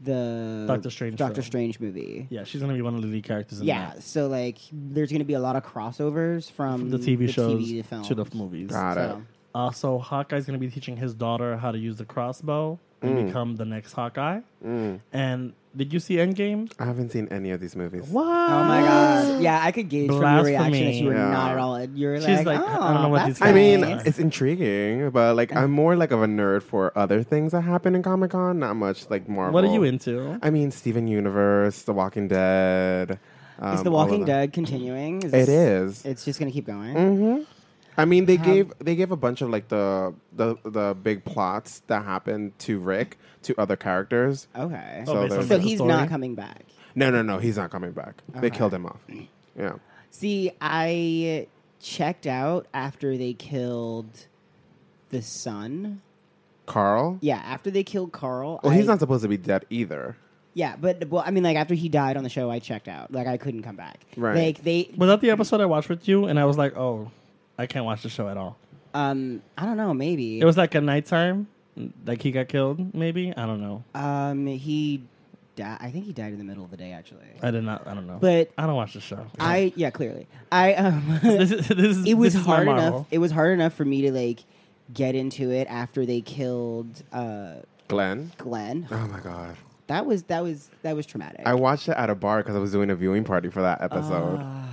A: the
B: Doctor Strange
A: Doctor
B: film.
A: Strange movie.
B: Yeah, she's gonna be one of the lead characters in
A: Yeah,
B: that.
A: so like, there's going to be a lot of crossovers from
B: The TV shows
A: TV
B: to the
A: films.
B: movies.
C: Got
A: So-
C: it.
B: Also, Uh, Hawkeye's going to be teaching his daughter how to use the crossbow
C: Mm.
B: and become the next Hawkeye. And did you see Endgame?
C: I haven't seen any of these movies.
B: What?
A: Oh my
C: [GASPS]
A: god! Yeah, I could gauge from your reaction that
B: Blasphemy.
A: you were
C: Yeah.
A: not at all. You're
B: She's
A: like,
B: like,
A: oh,
B: I don't know what
A: that's
B: these
C: I
B: guys
C: mean,
A: nice."
C: it's intriguing, but like I'm more like of a nerd for other things that happen in Comic Con, not much like Marvel.
B: What are you into?
C: I mean, Steven Universe, The Walking Dead. Um,
A: is The
C: all of
A: Walking
C: that.
A: Dead continuing? Is
C: It is. Mm.
A: It's just gonna keep going.
C: Mm-hmm. I mean, they
A: Have-
C: gave they gave a bunch of like the the the big plots that happened to Rick to other characters.
A: Okay, so,
B: Oh,
C: So
B: based on
C: there's-
B: the
A: he's
B: story?
A: not coming back.
C: No, no, no. He's not coming back. They killed him off. Yeah.
A: See, I checked out after they killed the son.
C: Carl?
A: Yeah, after they killed Carl.
C: Well, he's
A: I-
C: not supposed to be dead either.
A: Yeah, but well, I mean, like after he died on the show, I checked out. Like I couldn't come back.
C: Right.
A: Like they,
B: Was that the episode I watched with you? And I was like, oh, I can't watch the show at all.
A: um, I don't know. Maybe
B: It was like a nighttime, like he got killed. Maybe I don't know.
A: Um, he died. I think he died in the middle of the day, actually.
B: I did not. I don't know.
A: But
B: I don't watch the show.
A: I, yeah, clearly, I um,
B: [LAUGHS] this is, this
A: [LAUGHS]
B: is,
A: it was
B: this is my
A: hard enough.
B: Marvel.
A: It was hard enough for me to like get into it after they killed uh
C: Glenn?
A: Glenn.
C: Oh my god.
A: That was that was that was traumatic.
C: I watched it at a bar because I was doing a viewing party for that episode.
A: Ah.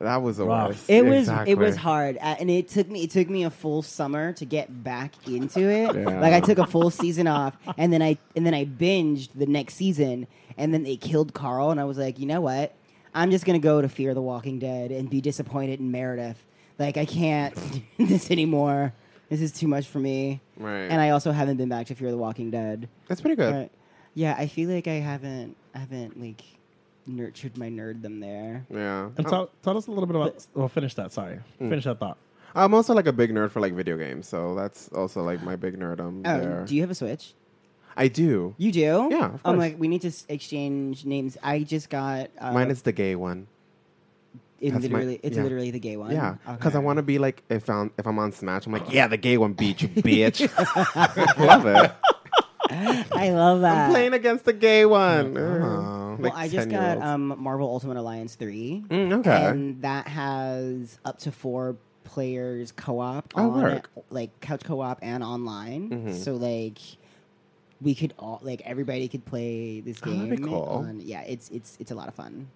C: that was the
B: Rough.
C: worst.
A: it was
C: Exactly.
A: it was hard, uh, and it took me it took me a full summer to get back into it.
C: Yeah.
A: Like I took a full season off, and then I and then I binged the next season, and then they killed Carl, and I was like, you know what? I'm just gonna go to Fear the Walking Dead and be disappointed in Meredith. Like I can't [LAUGHS] do this anymore. This is too much for me.
C: Right.
A: And I also haven't been back to Fear the Walking Dead.
C: That's pretty good.
A: Right. Yeah, I feel like I haven't I haven't like nurtured my nerddom there.
C: Yeah.
B: And tell, tell us a little bit about. Well, finish that. Sorry,
C: Mm.
B: finish that thought.
C: I'm also like a big nerd for like video games, so that's also like my big nerdum
A: Oh,
C: there.
A: do you have a Switch?
C: I do.
A: You do?
C: Yeah, of
A: I'm
C: course.
A: like, we need to s- exchange names. I just got. Uh,
C: Mine is the gay one.
A: it
C: that's my-
A: literally, it's
C: yeah.
A: literally the gay one.
C: Yeah, because I
A: Okay.
C: want to be like if I'm if I'm on Smash, I'm like, yeah, the gay one beat
A: [LAUGHS]
C: you, bitch. Love it.
A: [GASPS] I love that.
C: I'm playing against the gay one.
A: Oh.
C: Uh,
A: well, I just got um, Marvel Ultimate Alliance three,
C: Mm, okay.
A: and that has up to four players co-op
C: Oh,
A: on
C: work.
A: it, like couch co-op and online.
C: Mhm.
A: So like. We could all like everybody could play this
C: Oh,
A: game.
C: that'd be cool. Hmm.
A: on- yeah, it's it's it's a lot of fun,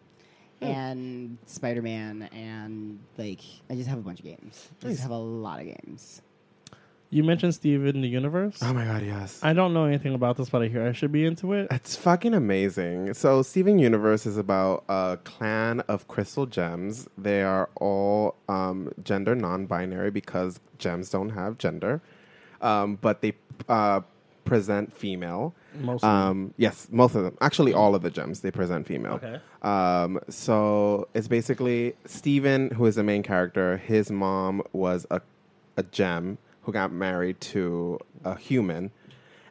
A: and Spider Man and like I just have a bunch of games. I
C: Nice.
A: just have a lot of games.
B: You mentioned Steven the Universe.
A: Um,
C: Oh my god, yes.
B: I don't know anything about this, but I hear I should be into it.
C: It's fucking amazing. So, Steven Universe is about a clan of crystal gems. They are all um, gender non binary because gems don't have gender, um, but they uh, present female.
B: Most of
C: Um, yes, most of them. Actually, all of the gems they present female.
B: Okay.
C: Um, so it's basically Steven, who is the main character. His mom was a a gem who got married to a human,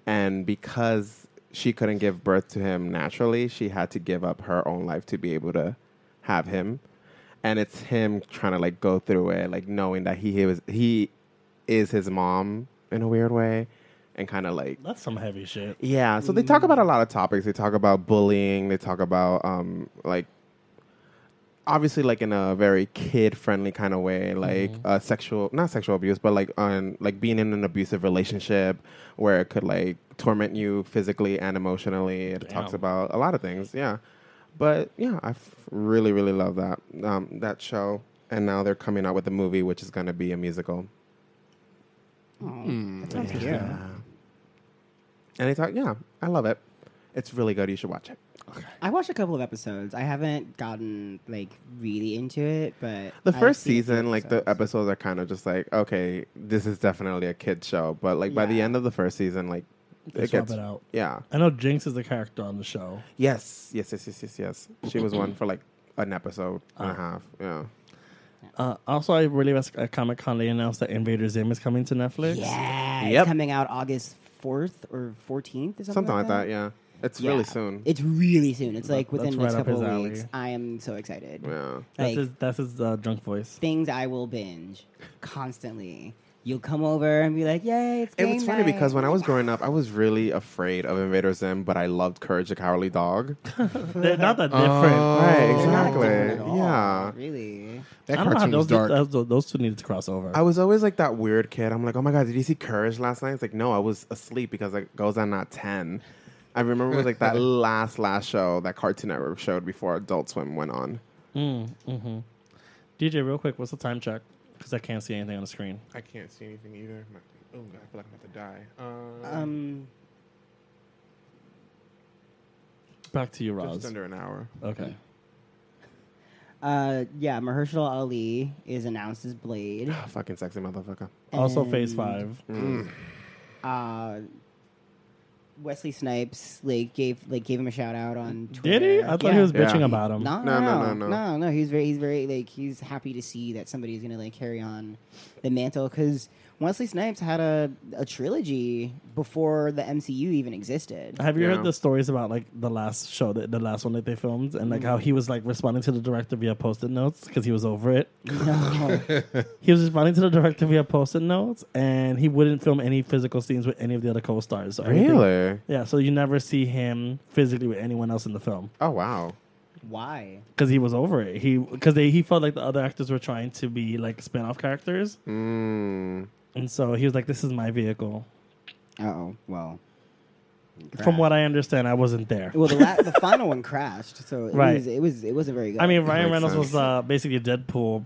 C: and because she couldn't give birth to him naturally, she had to give up her own life to be able to have him. And it's him trying to like go through it, like knowing that he, he was he is his mom in a weird way, and kind of like
B: That's some heavy shit.
C: yeah, so they talk about a lot of topics. They talk about bullying. They talk about um, like obviously like in a very kid friendly kind of way, like uh, sexual not sexual abuse, but like on like being in an abusive relationship where it could like torment you physically and emotionally. It talks
B: Damn.
C: about a lot of things. Yeah, but yeah, I f- really really love that um, that show. And now they're coming out with a movie, which is going to be a musical.
A: Oh,
C: Hmm. Yeah. And I thought, yeah, I love it. It's really good. You should watch it.
A: I watched a couple of episodes. I haven't gotten like really into it, but
C: The
A: I've
C: first
A: seen a few
C: season, like the
A: episodes.
C: episodes are kind of just like, okay, this is definitely a kid show. But like by the
A: Yeah.
C: end of the first season, like
B: They swap it out.
C: Yeah.
B: I know Jinx is the character on the show.
C: Yes. Yes. Yes. Yes. Yes. Yes. She was one for like an episode and a half. Yeah.
B: Uh, also, I really was at Comic Con. They announced that Invader Zim is coming to Netflix.
A: Yeah,
C: Yep.
A: it's coming out August fourth or fourteenth or something,
C: Something like that. Yeah. It's
A: Yeah.
C: really soon.
A: It's really soon. It's like within
B: that's
A: the next
B: right up
A: couple
B: his
A: of
B: alley.
A: weeks. I am so excited.
C: yeah.
B: That's
A: Like
B: his, that's his uh, drunk voice.
A: things I will binge constantly. You'll come over and be like, "Yay, it's
C: It
A: game
C: was funny
A: night."
C: because when I was growing up, I was really afraid of Invader Zim, but I loved Courage the Cowardly Dog.
B: They're not that different.
C: right,
A: They're Oh. not
C: exactly.
A: different at all,
C: Yeah.
A: really.
D: That
B: I don't know how
D: cartoon was
B: those,
D: dark.
B: those, those two needed to cross over.
C: I was always like that weird kid. I'm like, oh my god, did you see Courage last night? It's like, no, I was asleep because it goes on at ten. I remember it was like [LAUGHS] that last last show that Cartoon Network showed before Adult Swim went on.
B: Mm, DJ, mm-hmm. real quick, what's the time check? Because I can't see anything on the screen.
D: I can't see anything either. My- Oh, God, I feel like I'm about to die. Um,
A: Um,
B: Back to you,
C: Just
B: Roz.
C: under an hour.
B: Okay.
A: uh, yeah, Mahershala Ali is announced as Blade.
C: Ah, [SIGHS] fucking
A: Mm.
C: sexy motherfucker.
B: Also, Phase
A: And-
B: Five.
A: uh, Wesley Snipes like gave like gave him a shout out on Twitter.
B: Did he? I thought he
A: Yeah.
B: was
C: Yeah.
B: bitching about him.
A: No, no, no, no, no, no. He's very, he's very like he's happy to see that somebody's gonna like carry on the mantle because Wesley Snipes had a a trilogy before the MCU even
B: [LAUGHS]
A: existed.
B: Have you
C: Yeah.
B: heard the stories about like the last show, that, the last one that they filmed, and like how
C: Mm.
B: he was like responding to the director via post-it notes because he was over it.
A: No,
B: He was responding to the director via post-it notes, and he wouldn't film any physical scenes with any of the other co-stars. So everything-
C: Really?
B: Yeah. So you never see him physically with anyone else in the film
C: Oh wow.
A: why?
B: because he was over it. He because he felt like the other actors were trying to be like spin-off characters,
C: Mm.
B: and so he was like, "This is my vehicle."
A: Oh well.
B: From what I understand, I wasn't there.
A: Well, the la- the final one crashed, so it
B: Right.
A: was it was it wasn't very good.
B: I mean, Ryan
C: makes
B: Reynolds
C: sense.
B: was uh, basically Deadpool.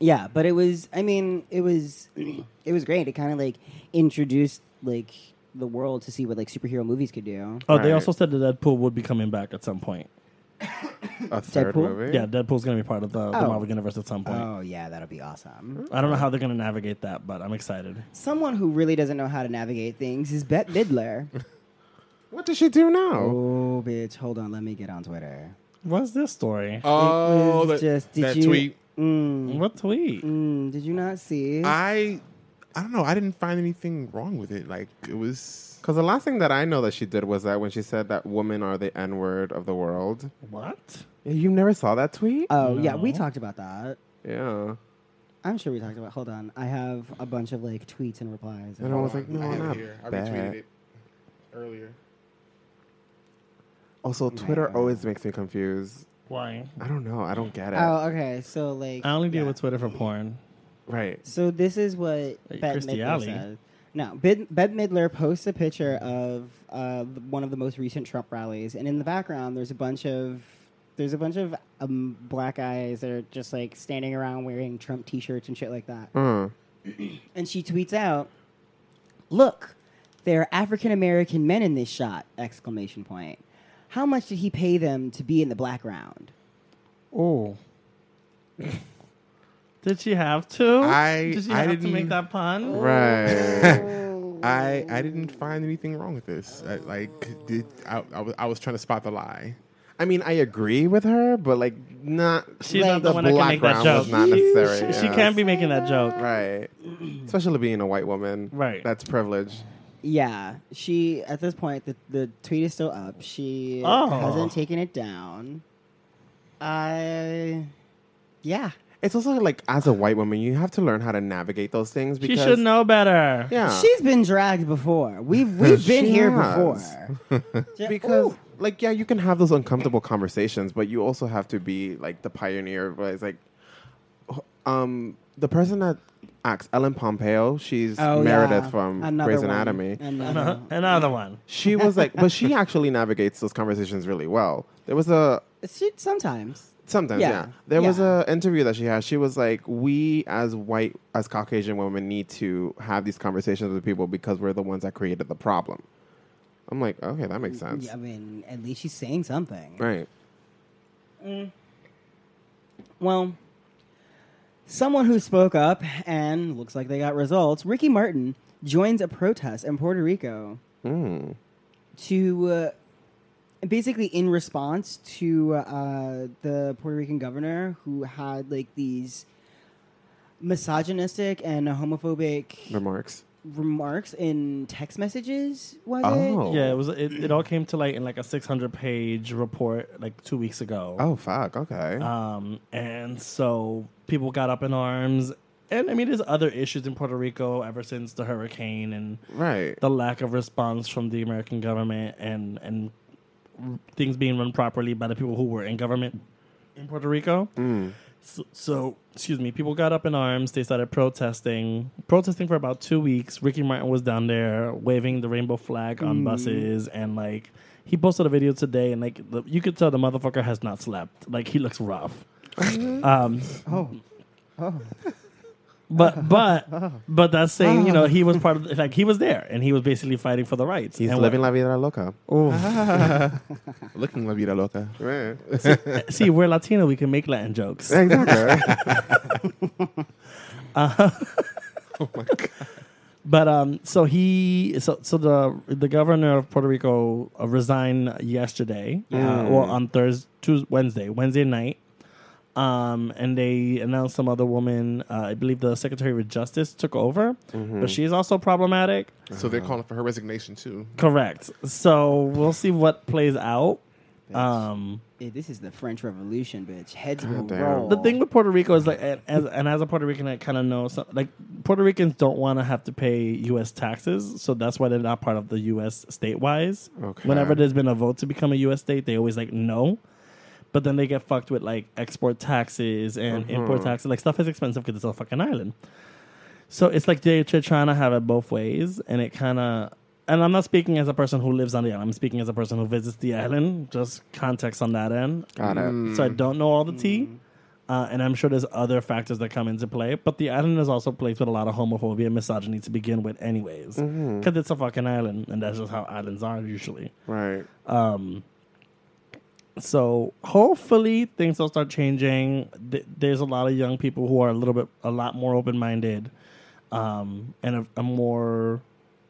A: yeah, but it was. I mean, it was [CLEARS THROAT] it was great. It kind of like introduced like the world to see what like superhero movies could do.
B: Oh, they
C: Right.
B: also said that Deadpool would be coming back at some point.
C: A third
A: Deadpool?
C: movie?
B: Yeah, Deadpool's gonna be part of the, the
A: Oh.
B: Marvel universe at some point.
A: Oh yeah, that'll be awesome.
B: I don't know how they're gonna navigate that, but I'm excited.
A: Someone who really doesn't know how to navigate things is Bette Midler.
C: What does she do now?
A: oh, bitch, hold on. Let me get on Twitter.
B: What's this story?
D: Oh,
A: It
D: that,
A: was just- did
D: that
A: you-
D: tweet.
A: Mm,
B: what tweet?
A: mm, did you not see?
D: I, I don't know. I didn't find anything wrong with it. Like it was.
C: Because the last thing that I know that she did was that when she said that women are the N word of the world.
B: What?
C: You never saw that tweet?
A: oh, yeah, we
B: No.
A: talked about that.
C: yeah.
A: I'm sure we talked about. Hold on, I have a bunch of like tweets and replies. Oh,
C: And I was like, no,
D: I have
C: not
D: it here. I
C: bad.
D: retweeted it earlier.
C: Also, Twitter
A: Right.
C: always makes me confused.
B: Why?
C: I don't know. I don't get it.
A: oh, okay. So like,
B: I only deal
A: yeah.
B: with Twitter for porn.
C: Right.
A: So this is what
B: Like
A: Bette
B: Kirstie
A: Midler
B: Alley.
A: said. No, Bette Bette Midler posts a picture of uh, th- one of the most recent Trump rallies, and in the background, there's a bunch of there's a bunch of um, black guys that are just like standing around wearing Trump T-shirts and shit like that.
C: Uh,
A: And she tweets out, "Look, there are African American men in this shot!" Exclamation point. How much did he pay them to be in the black round?
B: Oh. [LAUGHS] Did she have to?
D: I-
B: Did she
D: I
B: have to
D: didn't-
B: make that pun?
C: right. [LAUGHS]
D: I I didn't find anything wrong with this.
C: uh,
D: I, like did I, I was I was trying to spot the lie.
C: I mean, I agree with her, but like, not.
B: She's
A: Like,
B: not the,
A: the
B: one that can
C: black
B: make that
C: round
B: joke.
C: was not
B: [LAUGHS]
C: necessary,
B: She, she
C: yeah.
B: can't be making that joke.
C: Right. Especially being a white woman.
B: Right.
C: That's privilege.
A: Yeah, she at this point the the tweet is still up. She
B: Oh.
A: hasn't taken it down. I, yeah,
C: It's also like, as a white woman, you have to learn how to navigate those things
B: She
C: because.
B: should know better.
C: Yeah.
A: she's been dragged before. We've we've been
C: [LAUGHS] She
A: here
C: has.
A: before.
C: [LAUGHS]
A: Ju-
C: because
A: Ooh.
C: like yeah you can have those uncomfortable conversations but you also have to be like the pioneer where it's like h- um the person that acts ellen pompeo she's
A: Oh,
C: meredith
A: yeah.
C: from
A: Another
C: grey's
A: one.
C: anatomy
A: Another.
B: Uh-huh. Another one.
C: she was like but she actually navigates those conversations really well there was a
A: She- sometimes.
C: sometimes
A: Yeah.
C: yeah, there was
A: Yeah.
C: a interview that she had she was like we as white as caucasian women need to have these conversations with people because we're the ones that created the problem i'm like okay that makes sense
A: Mm, Yeah, I mean, at least she's saying something.
C: right
A: Well, someone who spoke up and looks like they got results, Ricky Martin, joins a protest in Puerto Rico to uh, basically in response to uh, the Puerto Rican governor who had like these misogynistic and homophobic
C: remarks
A: remarks in text messages. Was
C: Oh.
A: it?
B: Yeah, it was. It, it all came to light in like a 600 page report like two weeks ago.
C: Oh fuck! Okay.
B: Um, and so people got up in arms. And I mean, there's other issues in Puerto Rico ever since the hurricane and
C: right.
B: the lack of response from the American government and and things being run properly by the people who were in government in Puerto Rico.
C: Mm.
B: So, so, excuse me, people got up in arms. They started protesting, protesting for about two weeks. Ricky Martin was down there waving the rainbow flag
C: Mm.
B: on buses, and like he posted a video today, and like the, you could tell the motherfucker has not slept. Like he looks
C: [LAUGHS]
B: rough. um,
A: Oh.
B: but but but that's saying you know he was part of like he was there and he was basically fighting for the rights.
C: He's
B: and
C: living la vida loca. [LAUGHS]
D: Looking la vida loca.
C: Right.
B: See, we're Latino. We can make Latin jokes.
C: exactly.
B: Uh, But um, so he, so so the the governor of Puerto Rico uh, resigned yesterday, uh, well on Thursday, Tuesday, Wednesday, Wednesday night. Um, and they announced some other woman. Uh, I believe the Secretary of Justice took over, but she's also problematic.
D: So
C: Uh-huh.
D: they're calling for her resignation too.
B: Correct. So we'll see what plays out. Um,
A: Yeah, this is the French Revolution, bitch. Heads will
C: Goddamn.
A: roll.
B: the thing with Puerto Rico is like, and as, and as a Puerto Rican, I kind of know some, like Puerto Ricans don't want to have to pay U.S. taxes, so that's why they're not part of the U.S. state-wise.
C: [LAUGHS] Okay.
B: Whenever there's been a vote to become a U.S. state, they always like no, but then they get fucked with like export taxes and import taxes. Like stuff is expensive because it's a fucking island. So it's like they're they're trying to have it both ways, and it kind of. And I'm not speaking as a person who lives on the island. I'm speaking as a person who visits the island. Just context on that end. Mm.
C: Got it.
B: So I don't know all the tea. Uh, and I'm sure there's other factors that come into play, but the island is also placed with a lot of homophobia and misogyny to begin with, anyways, because
C: Mm-hmm.
B: it's a fucking island, and that's just how islands are usually.
C: Right.
B: So hopefully things will start changing. Th- There's a lot of young people who are a little bit, a lot more open minded, um, and a, a more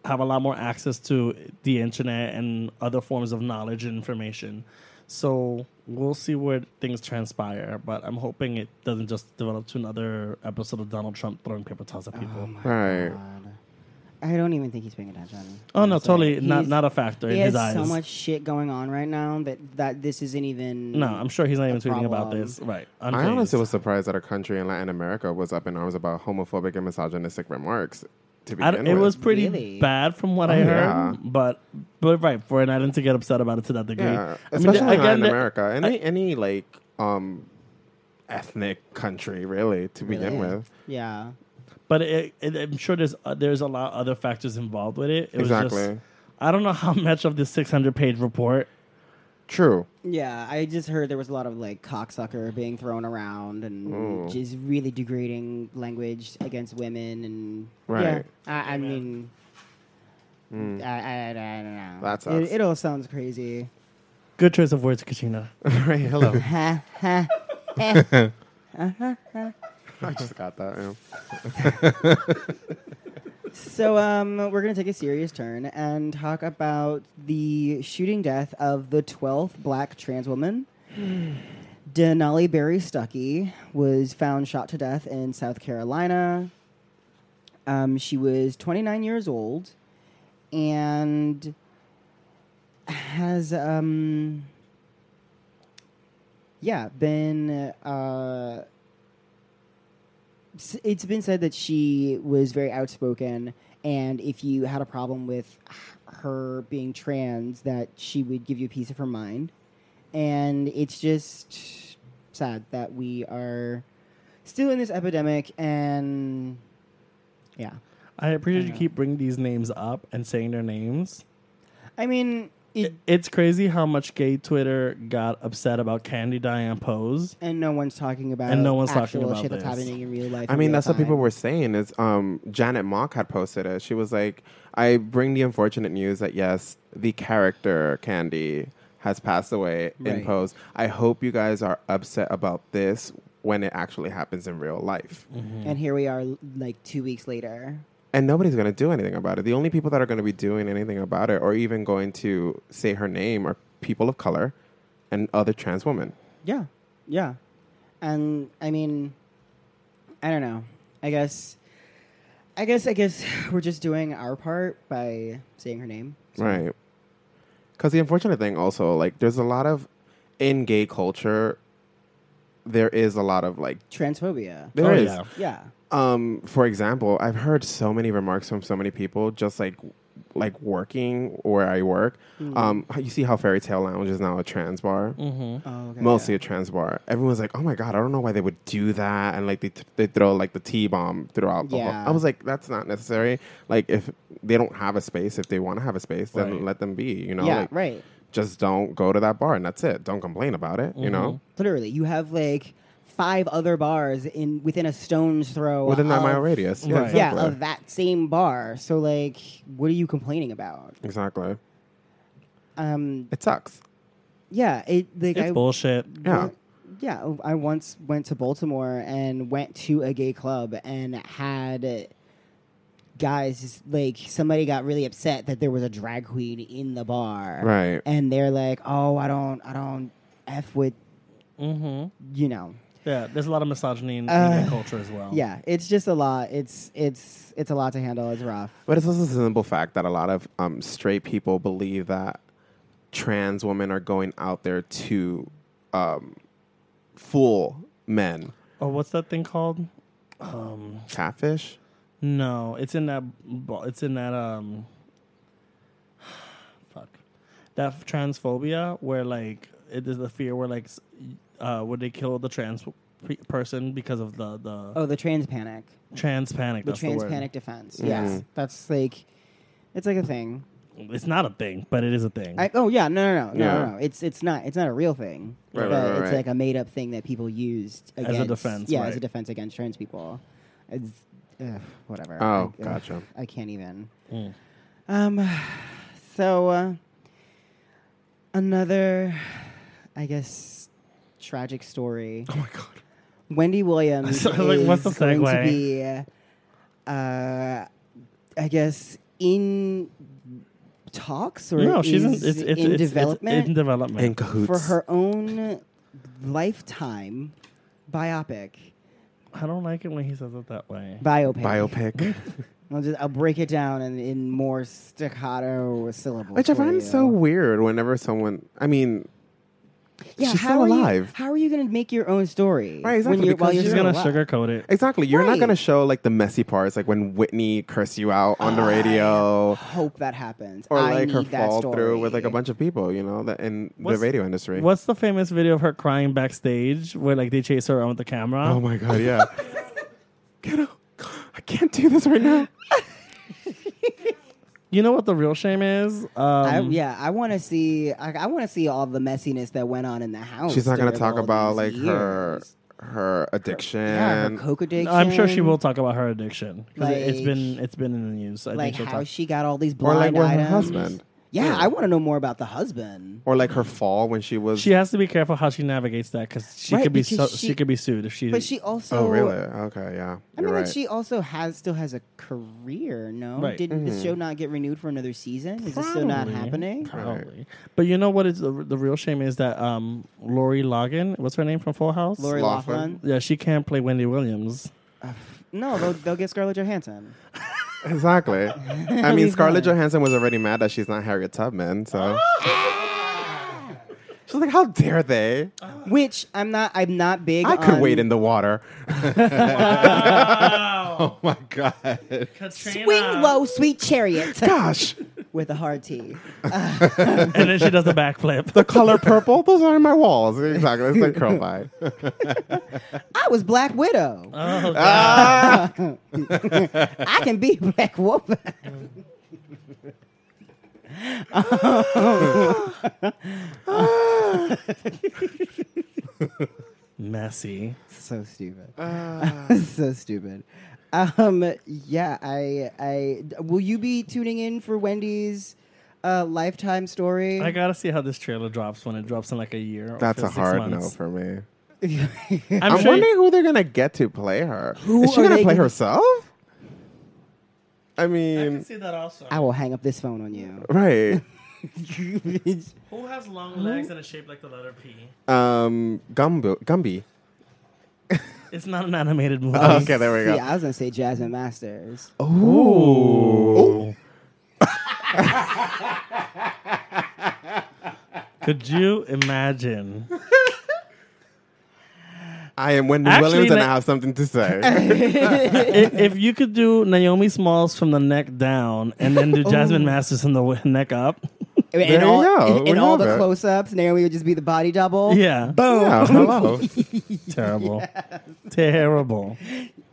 B: have a lot more access to the internet and other forms of knowledge and information. So we'll see where things transpire. But I'm hoping it doesn't just develop to another episode of Donald Trump throwing paper towels at people. Oh,
C: Right.
A: I don't even think he's paying attention.
B: Oh, no,
A: honestly.
B: totally not
A: He's-
B: not a factor in
A: He
B: his
A: has
B: eyes.
A: so much shit going on right now that, that this isn't even.
B: no, I'm sure he's not even tweeting about
A: problem.
B: this. Right.
C: I honestly
B: Unfazed.
C: was surprised that a country in Latin America was up in arms about homophobic and misogynistic remarks. To
B: I
C: begin
B: don't-
C: with,
B: it was pretty
A: Really?
B: bad from what I
C: Oh,
B: heard,
C: yeah.
B: but but right for an island to get upset about it to that degree.
C: yeah,
B: I mean,
C: especially in
B: again,
C: Latin
B: the-
C: America, any any like um ethnic country really to begin
A: Really?
C: with.
A: Yeah.
B: But it, it, I'm sure there's uh, there's a lot of other factors involved with it. It was just
C: Exactly.
B: I don't know how [LAUGHS] much of this 600 page report.
C: True. [LAUGHS]
A: Yeah, I just heard there was a lot of like cocksucker being thrown around and just really degrading language against women and
C: Right. Hmm.
A: Yeah, I, I mean, I, I, I don't know.
C: That sucks.
A: it, it all sounds crazy.
B: Good choice of words, Katrina.
C: right. Hello.
B: [LAUGHS]
A: Ha ha.
C: I just got that. yeah.
A: So um, we're gonna take a serious turn and talk about the shooting death of the twelfth black trans woman. Denali Berry Stuckey was found shot to death in South Carolina. Um, she was 29 years old and has, um, yeah, been. Uh, s- it's been said that she was very outspoken, and if you had a problem with her being trans, that she would give you a piece of her mind. And it's just sad that we are still in this epidemic, and yeah.
B: I appreciate you keep bringing these names up and saying their names.
A: I mean, it,
B: It, it's crazy how much gay Twitter got upset about Candy Diane Pose.
A: and no one's talking about
B: And no one's talking
A: actual
B: about
A: shit that's
B: this.
A: happening in real life.
C: I
A: in
C: mean,
A: real
C: that's what people
A: time.
C: were saying. Is um, Janet Mock had posted it. She was like, "I bring the unfortunate news that yes, the character Candy has passed away in
A: Right.
C: Pose. I hope you guys are upset about this when it actually happens in real life."
B: Mm-hmm.
A: And here we are, like two weeks later.
C: And nobody's going to do anything about it. The only people that are going to be doing anything about it, or even going to say her name, are people of color and other trans women.
A: Yeah, yeah, and I mean, I don't know. I guess, I guess, I guess [SIGHS] we're just doing our part by saying her name.
C: Right. Because the unfortunate thing also, like, there's a lot of in gay culture, there is a lot of like,
A: Transphobia.
C: there
B: Oh,
C: is.
B: yeah.
A: Yeah,
C: Um, for example, I've heard so many remarks from so many people, just like, like working where I work.
B: Mm.
C: Um, you see how Fairy Tale Lounge is now a trans bar.
B: Mm-hmm.
A: oh, okay,
C: Mostly a trans bar. Everyone's like, "Oh my god, I don't know why they would do that," and like they, t- they throw like the T bomb throughout. the whole-
A: Yeah.
C: I was like, "That's not necessary." Like if they don't have a space, if they want to have a space, then
B: Right.
C: let them be. You know,
A: yeah,
C: like,
A: right.
C: just don't go to that bar and that's it. Don't complain about it, you know?
A: Literally, you have like five other bars in within a stone's throw
C: Within that
A: of-
C: mile radius. Yeah,
B: Right.
A: Yeah,
C: exactly.
A: of that same bar. So like, what are you complaining about?
C: exactly.
A: Um,
C: It sucks.
A: yeah, it like I,
B: It's bullshit.
C: Yeah.
A: Yeah, I once went to Baltimore and went to a gay club and had guys, just, like somebody got really upset that there was a drag queen in the bar,
C: Right.
A: And they're like, "Oh, I don't, I don't f with,
B: Mm-hmm.
A: you know."
B: Yeah, there's a lot of misogyny in
A: Uh,
B: Indian culture as well.
A: Yeah, it's just a lot. It's it's it's a lot to handle. It's rough.
C: But it's also a simple fact that a lot of um, straight people believe that trans women are going out there to um, fool men.
B: Oh, what's that thing called?
C: Catfish?
B: No, it's in that. bo- It's in that. Um, [SIGHS] fuck, that f- transphobia where like it is the fear where like, s- uh, would they kill the trans pe- person because of the the
A: Oh, the trans panic,
B: trans panic?
A: the
B: that's
A: trans
B: word.
A: panic defense. Yes, that's like, it's like a thing.
B: It's not a thing, but it is a thing.
A: I, oh yeah, no, no, no, no,
C: Yeah.
A: no, no. It's it's not it's not a real thing.
C: Right, right,
A: but
C: right,
A: it's
C: right.
A: like a made up thing that people used
B: a
A: against,
B: defense,
A: Yeah, as
B: right.
A: a defense against trans people. It's ugh, whatever.
C: Oh,
A: I,
C: gotcha.
A: I can't even.
B: Mm.
A: Um, so uh, another, I guess, tragic story.
C: Oh my God.
B: [LAUGHS]
A: Wendy Williams
B: So, like,
A: is
B: what's the
A: going to
B: segue?
A: be, uh, I guess, in talks or
B: no, she's in,
A: is
B: it's, it's,
A: in
B: it's,
A: development
B: It's in development.
C: In cahoots.
A: for her own lifetime biopic.
B: I don't like it when he says it that way.
A: Biopic. [LAUGHS]
C: biopic.
A: I'll just I'll break it down in, in more staccato syllables.
C: Which I
A: for you.
C: find so weird whenever someone, I mean,
A: Yeah,
C: she's
A: how
C: still
A: are you-
C: alive.
A: how are you going to make your own story?
C: Right, exactly,
A: When you're, while
C: because
A: you're
B: She's
A: still
B: gonna
A: alive?
B: sugarcoat it.
C: exactly. You're not
A: Right.
C: going to show like the messy parts, like when Whitney cursed you out on the radio.
A: Hope that happens.
C: Or
A: Ah. I
C: like her
A: need that
C: fall through with
A: story.
C: like a bunch of people, you know, that in
B: What's-
C: the radio industry.
B: What's the famous video of her crying backstage where like they chase her around with the camera?
C: Oh my
A: [LAUGHS]
C: god, yeah. Get out. I can't do this
A: [LAUGHS]
C: right now.
B: You know what the real shame is? Um,
A: I, yeah, I want to see. I, I want to see all the messiness that went on in the house.
C: She's not gonna
A: during
C: talk
A: all
C: about like
A: these
C: her
A: years.
C: her addiction.
A: yeah, her coke addiction.
B: I'm sure she will talk about her addiction 'cause it, has
A: Like-
B: been it's been in the news. I
A: Like
B: think she'll
A: how
B: talk-
A: she got all these
C: or
A: blind
C: like with her
A: items.
C: husband.
A: Yeah,
C: Yeah.
A: I want to know more about the husband.
C: Or like her fall when she was
B: she has to be careful how she navigates that because she
A: Right,
B: could be so,
A: because
B: she,
A: she-
B: could be sued if she.
A: But she also.
C: Oh really? Okay, yeah.
A: I mean,
C: You're
A: like,
C: right.
A: she also has still has a career. No,
B: Right.
A: did the
C: Mm-hmm.
A: show not get renewed for another season? Is this still not
B: Probably.
A: happening?
B: Probably. But you know what is the, the real shame is that um Lori Logan, what's her name from Full House?
A: Lori
C: Laughlin.
A: Laughlin.
B: Yeah, she can't play Wendy Williams.
A: No, they'll, they'll get Scarlett Johansson.
C: exactly. I mean Scarlett Johansson was already mad that she's not Harriet Tubman, so She's like, How dare they?
A: Which I'm not. I'm not big.
C: I could
A: on-
C: wait in the water. [LAUGHS] oh my god.
A: Swing low, sweet
C: [LAUGHS]
A: chariot,
C: Gosh.
A: with a hard T.
B: and then she does
A: [LAUGHS]
B: a backflip.
C: The color purple, those aren't my walls. Exactly. It's like curl by.
A: I was Black Widow.
B: Oh,
A: Ah. I can be [LAUGHS] a black woman.
B: messy.
A: so stupid. [LAUGHS] so stupid. Um, yeah, I, I, will you be tuning in for Wendy's uh, lifetime story?
B: I gotta see how this trailer drops when it drops in like a year. or
C: That's
B: for
C: a
B: six
C: hard no
B: months.
C: for me.
B: I'm,
C: I'm,
B: sure
C: wondering who they're gonna get to play her.
A: Who
C: Is she
A: are
C: gonna
A: they
C: play
A: gonna-
C: herself? I
B: I can
C: mean,
B: see that also.
A: I will hang up this phone on you.
C: right?
B: Who has long legs and a shape like the letter P?
C: Um, Gumbo, Gumby.
B: It's not an animated movie.
C: okay, there we go.
A: Yeah, I was gonna say Jasmine Masters.
C: Oh, Ooh.
B: Could you [LAUGHS] imagine?
C: I am Wendy
B: Actually,
C: Williams, and I
B: na-
C: have something to say.
B: if, if you could do Naomi Smalls from the neck down and then do Jasmine Masters from the w- neck up,
A: In,
C: There you
A: all,
C: go.
A: in,
C: We
A: all
C: have
A: the
C: it.
A: close-ups, Naomi would just be the body double.
B: yeah,
C: Boom. hello.
B: terrible, terrible.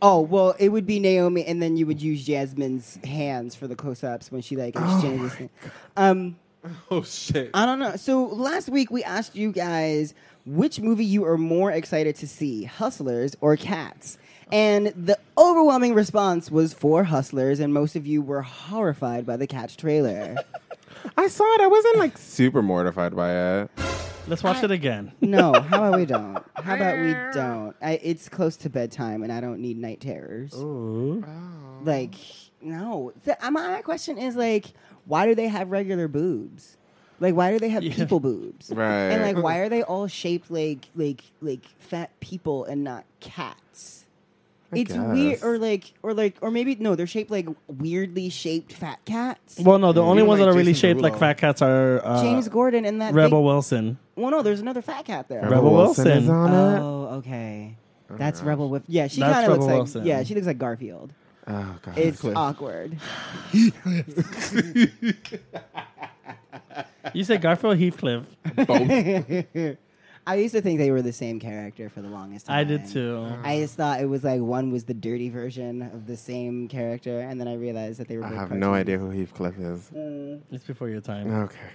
A: Oh well, it would be Naomi, and then you would use Jasmine's hands for the close-ups when she like exchanges. things. um,
D: [LAUGHS] Oh shit!
A: I don't know. So last week we asked you guys which movie you are more excited to see, Hustlers or Cats. And the overwhelming response was for Hustlers, and most of you were horrified by the Cats trailer.
D: [LAUGHS]
C: I saw it. I wasn't like super mortified by it.
B: Let's watch it again.
A: no, how about we don't? How about we don't? I, it's close to bedtime, and I don't need night terrors. Like, No, Th- uh, my question is like, why do they have regular boobs? Like, why do they have
B: [LAUGHS] Yeah.
A: people boobs?
C: Right.
A: And like, why are they all shaped like like like fat people and not cats? it's weird,
C: guess.
A: or like, or like, or maybe no, they're shaped like weirdly shaped fat cats.
B: Well, no, the only
D: Even
B: ones
D: like
B: that are really
D: Jason
B: shaped like
D: Derulo.
B: fat cats are uh,
A: James Gordon and that
B: Rebel
A: big-
B: Wilson.
A: Well, no, there's another fat cat there.
B: Rebel Wilson.
C: is on it.
A: Oh, okay. That's Rebel with yeah. She
B: That's
A: kind of looks
B: Rebel
A: like
B: Wilson.
A: yeah. She looks like
C: [LAUGHS]
A: Garfield.
C: Oh god.
A: It's awkward.
B: You said [LAUGHS] Garfield Heathcliff.
A: [LAUGHS] I used to think they were the same character for the longest time.
B: I did too.
A: I just thought it was like one was the dirty version of the same character, and then I realized that they were.
C: I
A: both
C: have no
A: cartoons.
C: idea who Heathcliff is.
A: Mm.
B: It's before your time.
C: Okay.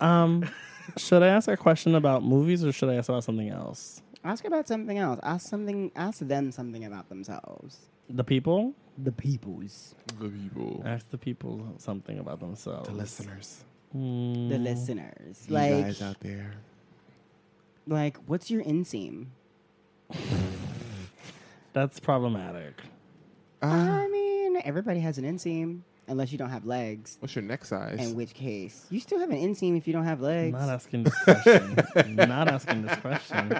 B: Um,
D: [LAUGHS]
B: should I ask a question about movies or should I ask about something else?
A: Ask about something else. Ask something. Ask them something about themselves.
B: The people?
A: The peoples,
D: The people.
C: Uh,
B: Ask the people something about themselves.
C: The listeners.
B: Mm.
A: the listeners.
C: You
A: like,
C: guys out there.
A: like, what's your inseam?
B: That's problematic.
C: Uh.
A: I mean, everybody has an inseam, unless you don't have legs.
D: What's your neck size?
A: In which case, you still have an inseam if you don't have legs.
B: Not asking this
A: [LAUGHS]
B: question. Not asking this question.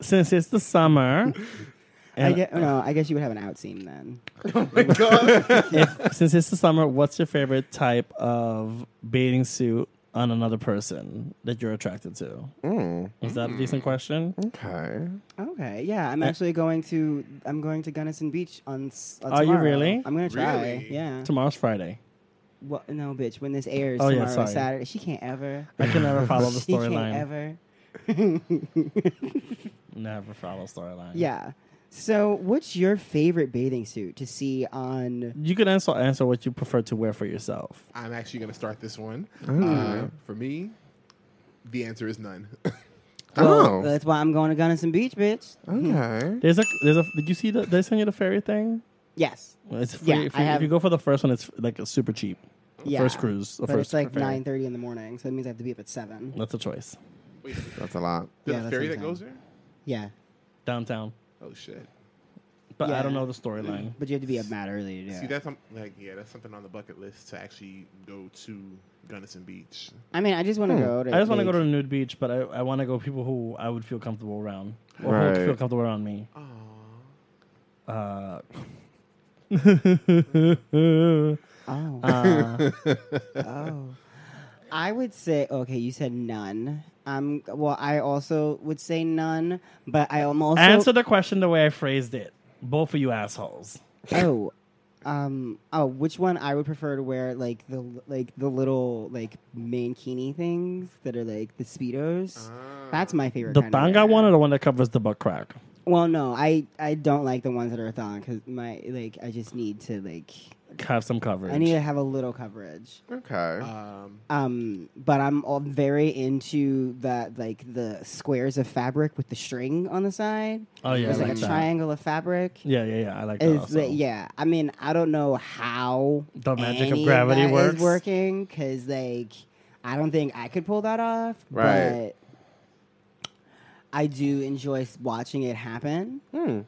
B: Since it's the summer,
A: I
B: and
A: guess, no, I guess you would have an outseam then.
B: if- since it's the summer, what's your favorite type of bathing suit on another person that you're attracted to?
C: Mm,
B: Is that a decent question?
C: okay.
A: Okay, yeah,
B: Eh?
A: I'm actually going to I'm going to Gunnison Beach on. s- Uh,
B: Are you
A: tomorrow.
B: really?
A: I'm gonna try.
D: Really?
A: Yeah.
B: Tomorrow's Friday.
A: Well, no, bitch. When this airs
B: Oh, yeah,
A: tomorrow,
B: sorry.
A: Saturday, she can't ever.
B: I
A: [LAUGHS]
B: can never follow the
A: she can't
B: storyline.
A: ever.
B: Never follow storyline.
A: [LAUGHS] Yeah. So, what's your favorite bathing suit to see on?
B: You can also answer what you prefer to wear for yourself.
D: I'm actually going to start this one. Uh,
C: Mm.
D: for me, the answer is none. [LAUGHS]
A: Well, uh, hmm.
C: oh.
A: that's why I'm going to Gunnison Beach, bitch.
C: Okay.
B: There's a there's a did you see the did I send you the fairy thing?
A: Yes.
B: Well, It's free.
A: Yeah,
B: if,
A: I
B: you,
A: have-
B: if you go for the first one, it's like a super cheap. The
A: Yeah.
B: First cruise. The
A: But
B: first
A: it's like
B: ferry.
A: 9:30 in the morning, so that means I have to be up at seven.
B: That's a choice.
D: Wait,
C: That's a lot.
A: Yeah,
D: there's
A: that's
D: a ferry
A: what
D: that
A: I'm
D: goes
A: saying.
D: there?
A: Yeah,
B: Downtown.
D: Oh, shit.
B: But I don't
A: Yeah.
B: know the storyline.
A: but you have to be up mad early to do
D: See,
A: it.
D: that's some, like, yeah, that's something on the bucket list to actually go to Gunnison Beach.
A: I mean, I just want to go. To,
B: Hmm. I just want to
A: like-
B: go to the nude beach, but I, I want to go people who I would feel comfortable around. Or who would
C: Right.
B: feel comfortable around me.
D: Aww.
B: Uh,
A: [LAUGHS] Oh.
B: uh,
A: Oh. I would say okay. You said none. Um. Well, I also would say none, but I am also
B: [LAUGHS] answer the question the way I phrased it. Both of you assholes.
A: oh, um. Oh, which one I would prefer to wear? Like the like the little like mankini things that are like the speedos.
C: Ah.
A: That's my favorite.
B: The
A: kind of
B: tanga
A: wear.
B: one or the one that covers the butt crack?
A: Well, no, I I don't like the ones that are thong because my like I just need to like
B: Have some coverage.
A: I need to have a little coverage.
C: Okay.
D: Um,
A: Um, but I'm all very into that, like the squares of fabric with the string on the side.
B: Oh, yeah, I
A: it's like,
B: like
A: a
B: that.
A: triangle of fabric.
B: yeah, yeah, yeah. I like that.
A: It's
B: Also.
A: like- yeah, I mean, I don't know how
B: The magic of
A: any
B: gravity
A: that is
B: works.
A: working because like I don't think I could pull that off.
C: Right.
A: But I do enjoy s- watching it happen.
B: Hmm.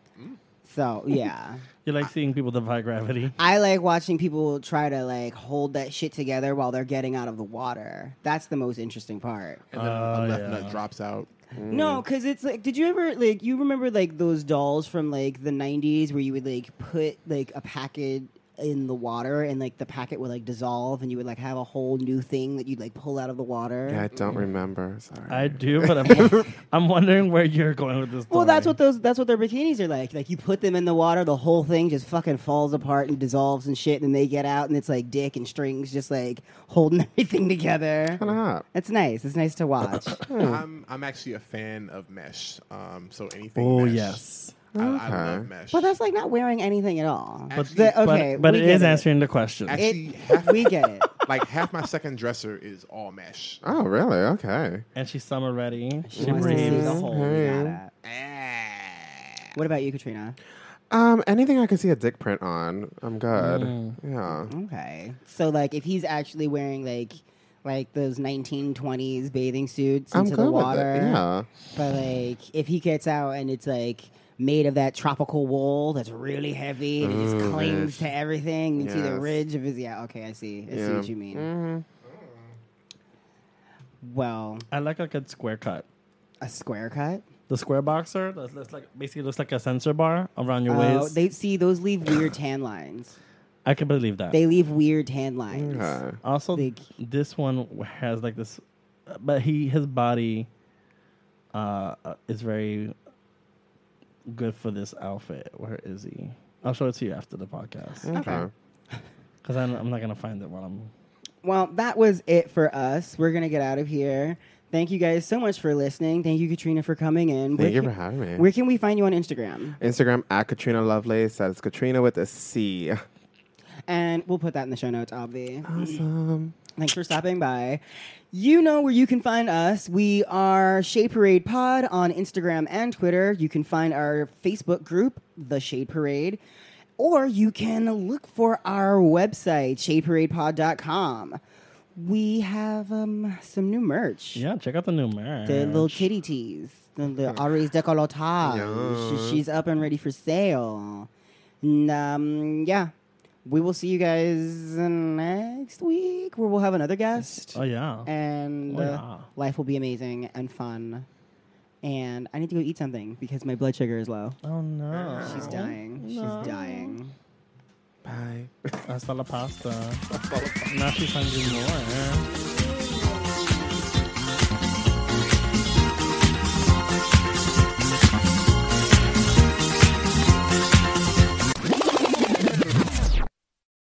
A: So yeah.
B: You like seeing people defy gravity.
A: I like watching people try to like hold that shit together while they're getting out of the water. That's the most interesting part.
D: and then
B: Oh,
D: a left
B: yeah.
D: nut drops out.
A: No, because it's like, did you ever like you remember like those dolls from like the '90s where you would like put like a packet in the water and like the packet would like dissolve and you would like have a whole new thing that you'd like pull out of the water.
C: Yeah, I don't remember. Sorry.
B: I do, but I'm, I'm wondering where you're going with this.
A: Well, that's
B: story.
A: what those that's what their bikinis are like. Like you put them in the water, the whole thing just fucking falls apart and dissolves and shit, and then they get out and it's like dick and strings just like holding [LAUGHS] everything together.
C: Kinda hot.
A: It's nice. It's nice to
C: [LAUGHS]
A: watch.
D: I'm, I'm actually a fan of mesh. Um, so anything.
B: Oh
D: mesh.
B: yes,
D: I, I love
C: Okay.
D: mesh.
A: well, that's like not wearing anything at all.
D: But-
A: The-
B: but,
A: okay,
B: but
A: we
B: it
A: get
B: is answering the question.
D: actually
A: [LAUGHS]
D: half,
A: We get
C: [LAUGHS]
A: it.
D: like half my second dresser is all mesh.
C: Oh, really? Okay.
B: and she's summer ready.
A: wants to
B: She
A: see
B: breathes.
A: the hole we got at.
D: Ah.
A: What about you, Katrina?
C: Um, anything I can see a dick print on, I'm good. Yeah.
A: Okay. So like if he's actually wearing like like those 1920s bathing suits
C: I'm
A: into
C: good
A: the
C: with it,
A: water.
C: yeah.
A: But like, if he gets out and it's like made of that tropical wool that's really heavy and it just
C: Ooh,
A: clings
C: ridge.
A: to everything, you can see the
C: Mm, Yes.
A: ridge of his. Yeah, okay, I see. I see
C: Yeah. Mm-hmm.
A: what you mean. Well,
B: I like like a square cut.
A: a square cut.
B: The square boxer that's, that's like basically looks like a sensor bar around your
A: Oh,
B: waist.
A: they see those leave weird tan lines.
B: I can believe that.
A: They leave weird tan lines.
C: Okay.
B: also,
A: Big.
B: this one has like this, but he his body uh is very good for this outfit. Where is he? I'll show it to you after the podcast
C: Okay.
B: because I'm, I'm not gonna find it while I'm.
A: Well, that was it for us. We're gonna get out of here. Thank you guys so much for listening. Thank you, Katrina, for coming in.
C: Thank you
A: ca-
C: for having me.
A: Where can we find you on Instagram?
C: Instagram at Katrina Lovelace. That is Katrina with a C. [LAUGHS]
A: And we'll put that in the show notes, obvi.
C: Awesome.
A: Thanks for stopping by. You know where you can find us. We are Shade Parade Pod on Instagram and Twitter. You can find our Facebook group, The Shade Parade, or you can look for our website, shadeparadepod.com. We have um, some new merch.
B: Yeah, check out the new merch.
A: The little titty tees, the, the Ari's decolletage. She- she's up and ready for sale. And um, yeah, we will see you guys next week where we'll have another guest.
B: Oh yeah.
A: And
B: Oh,
A: uh,
B: yeah.
A: life will be amazing and fun. And I need to go eat something because my blood sugar is low.
B: oh no.
A: She's dying. She's dying.
C: Bye.
B: Hasta la pasta. now she's hungry more.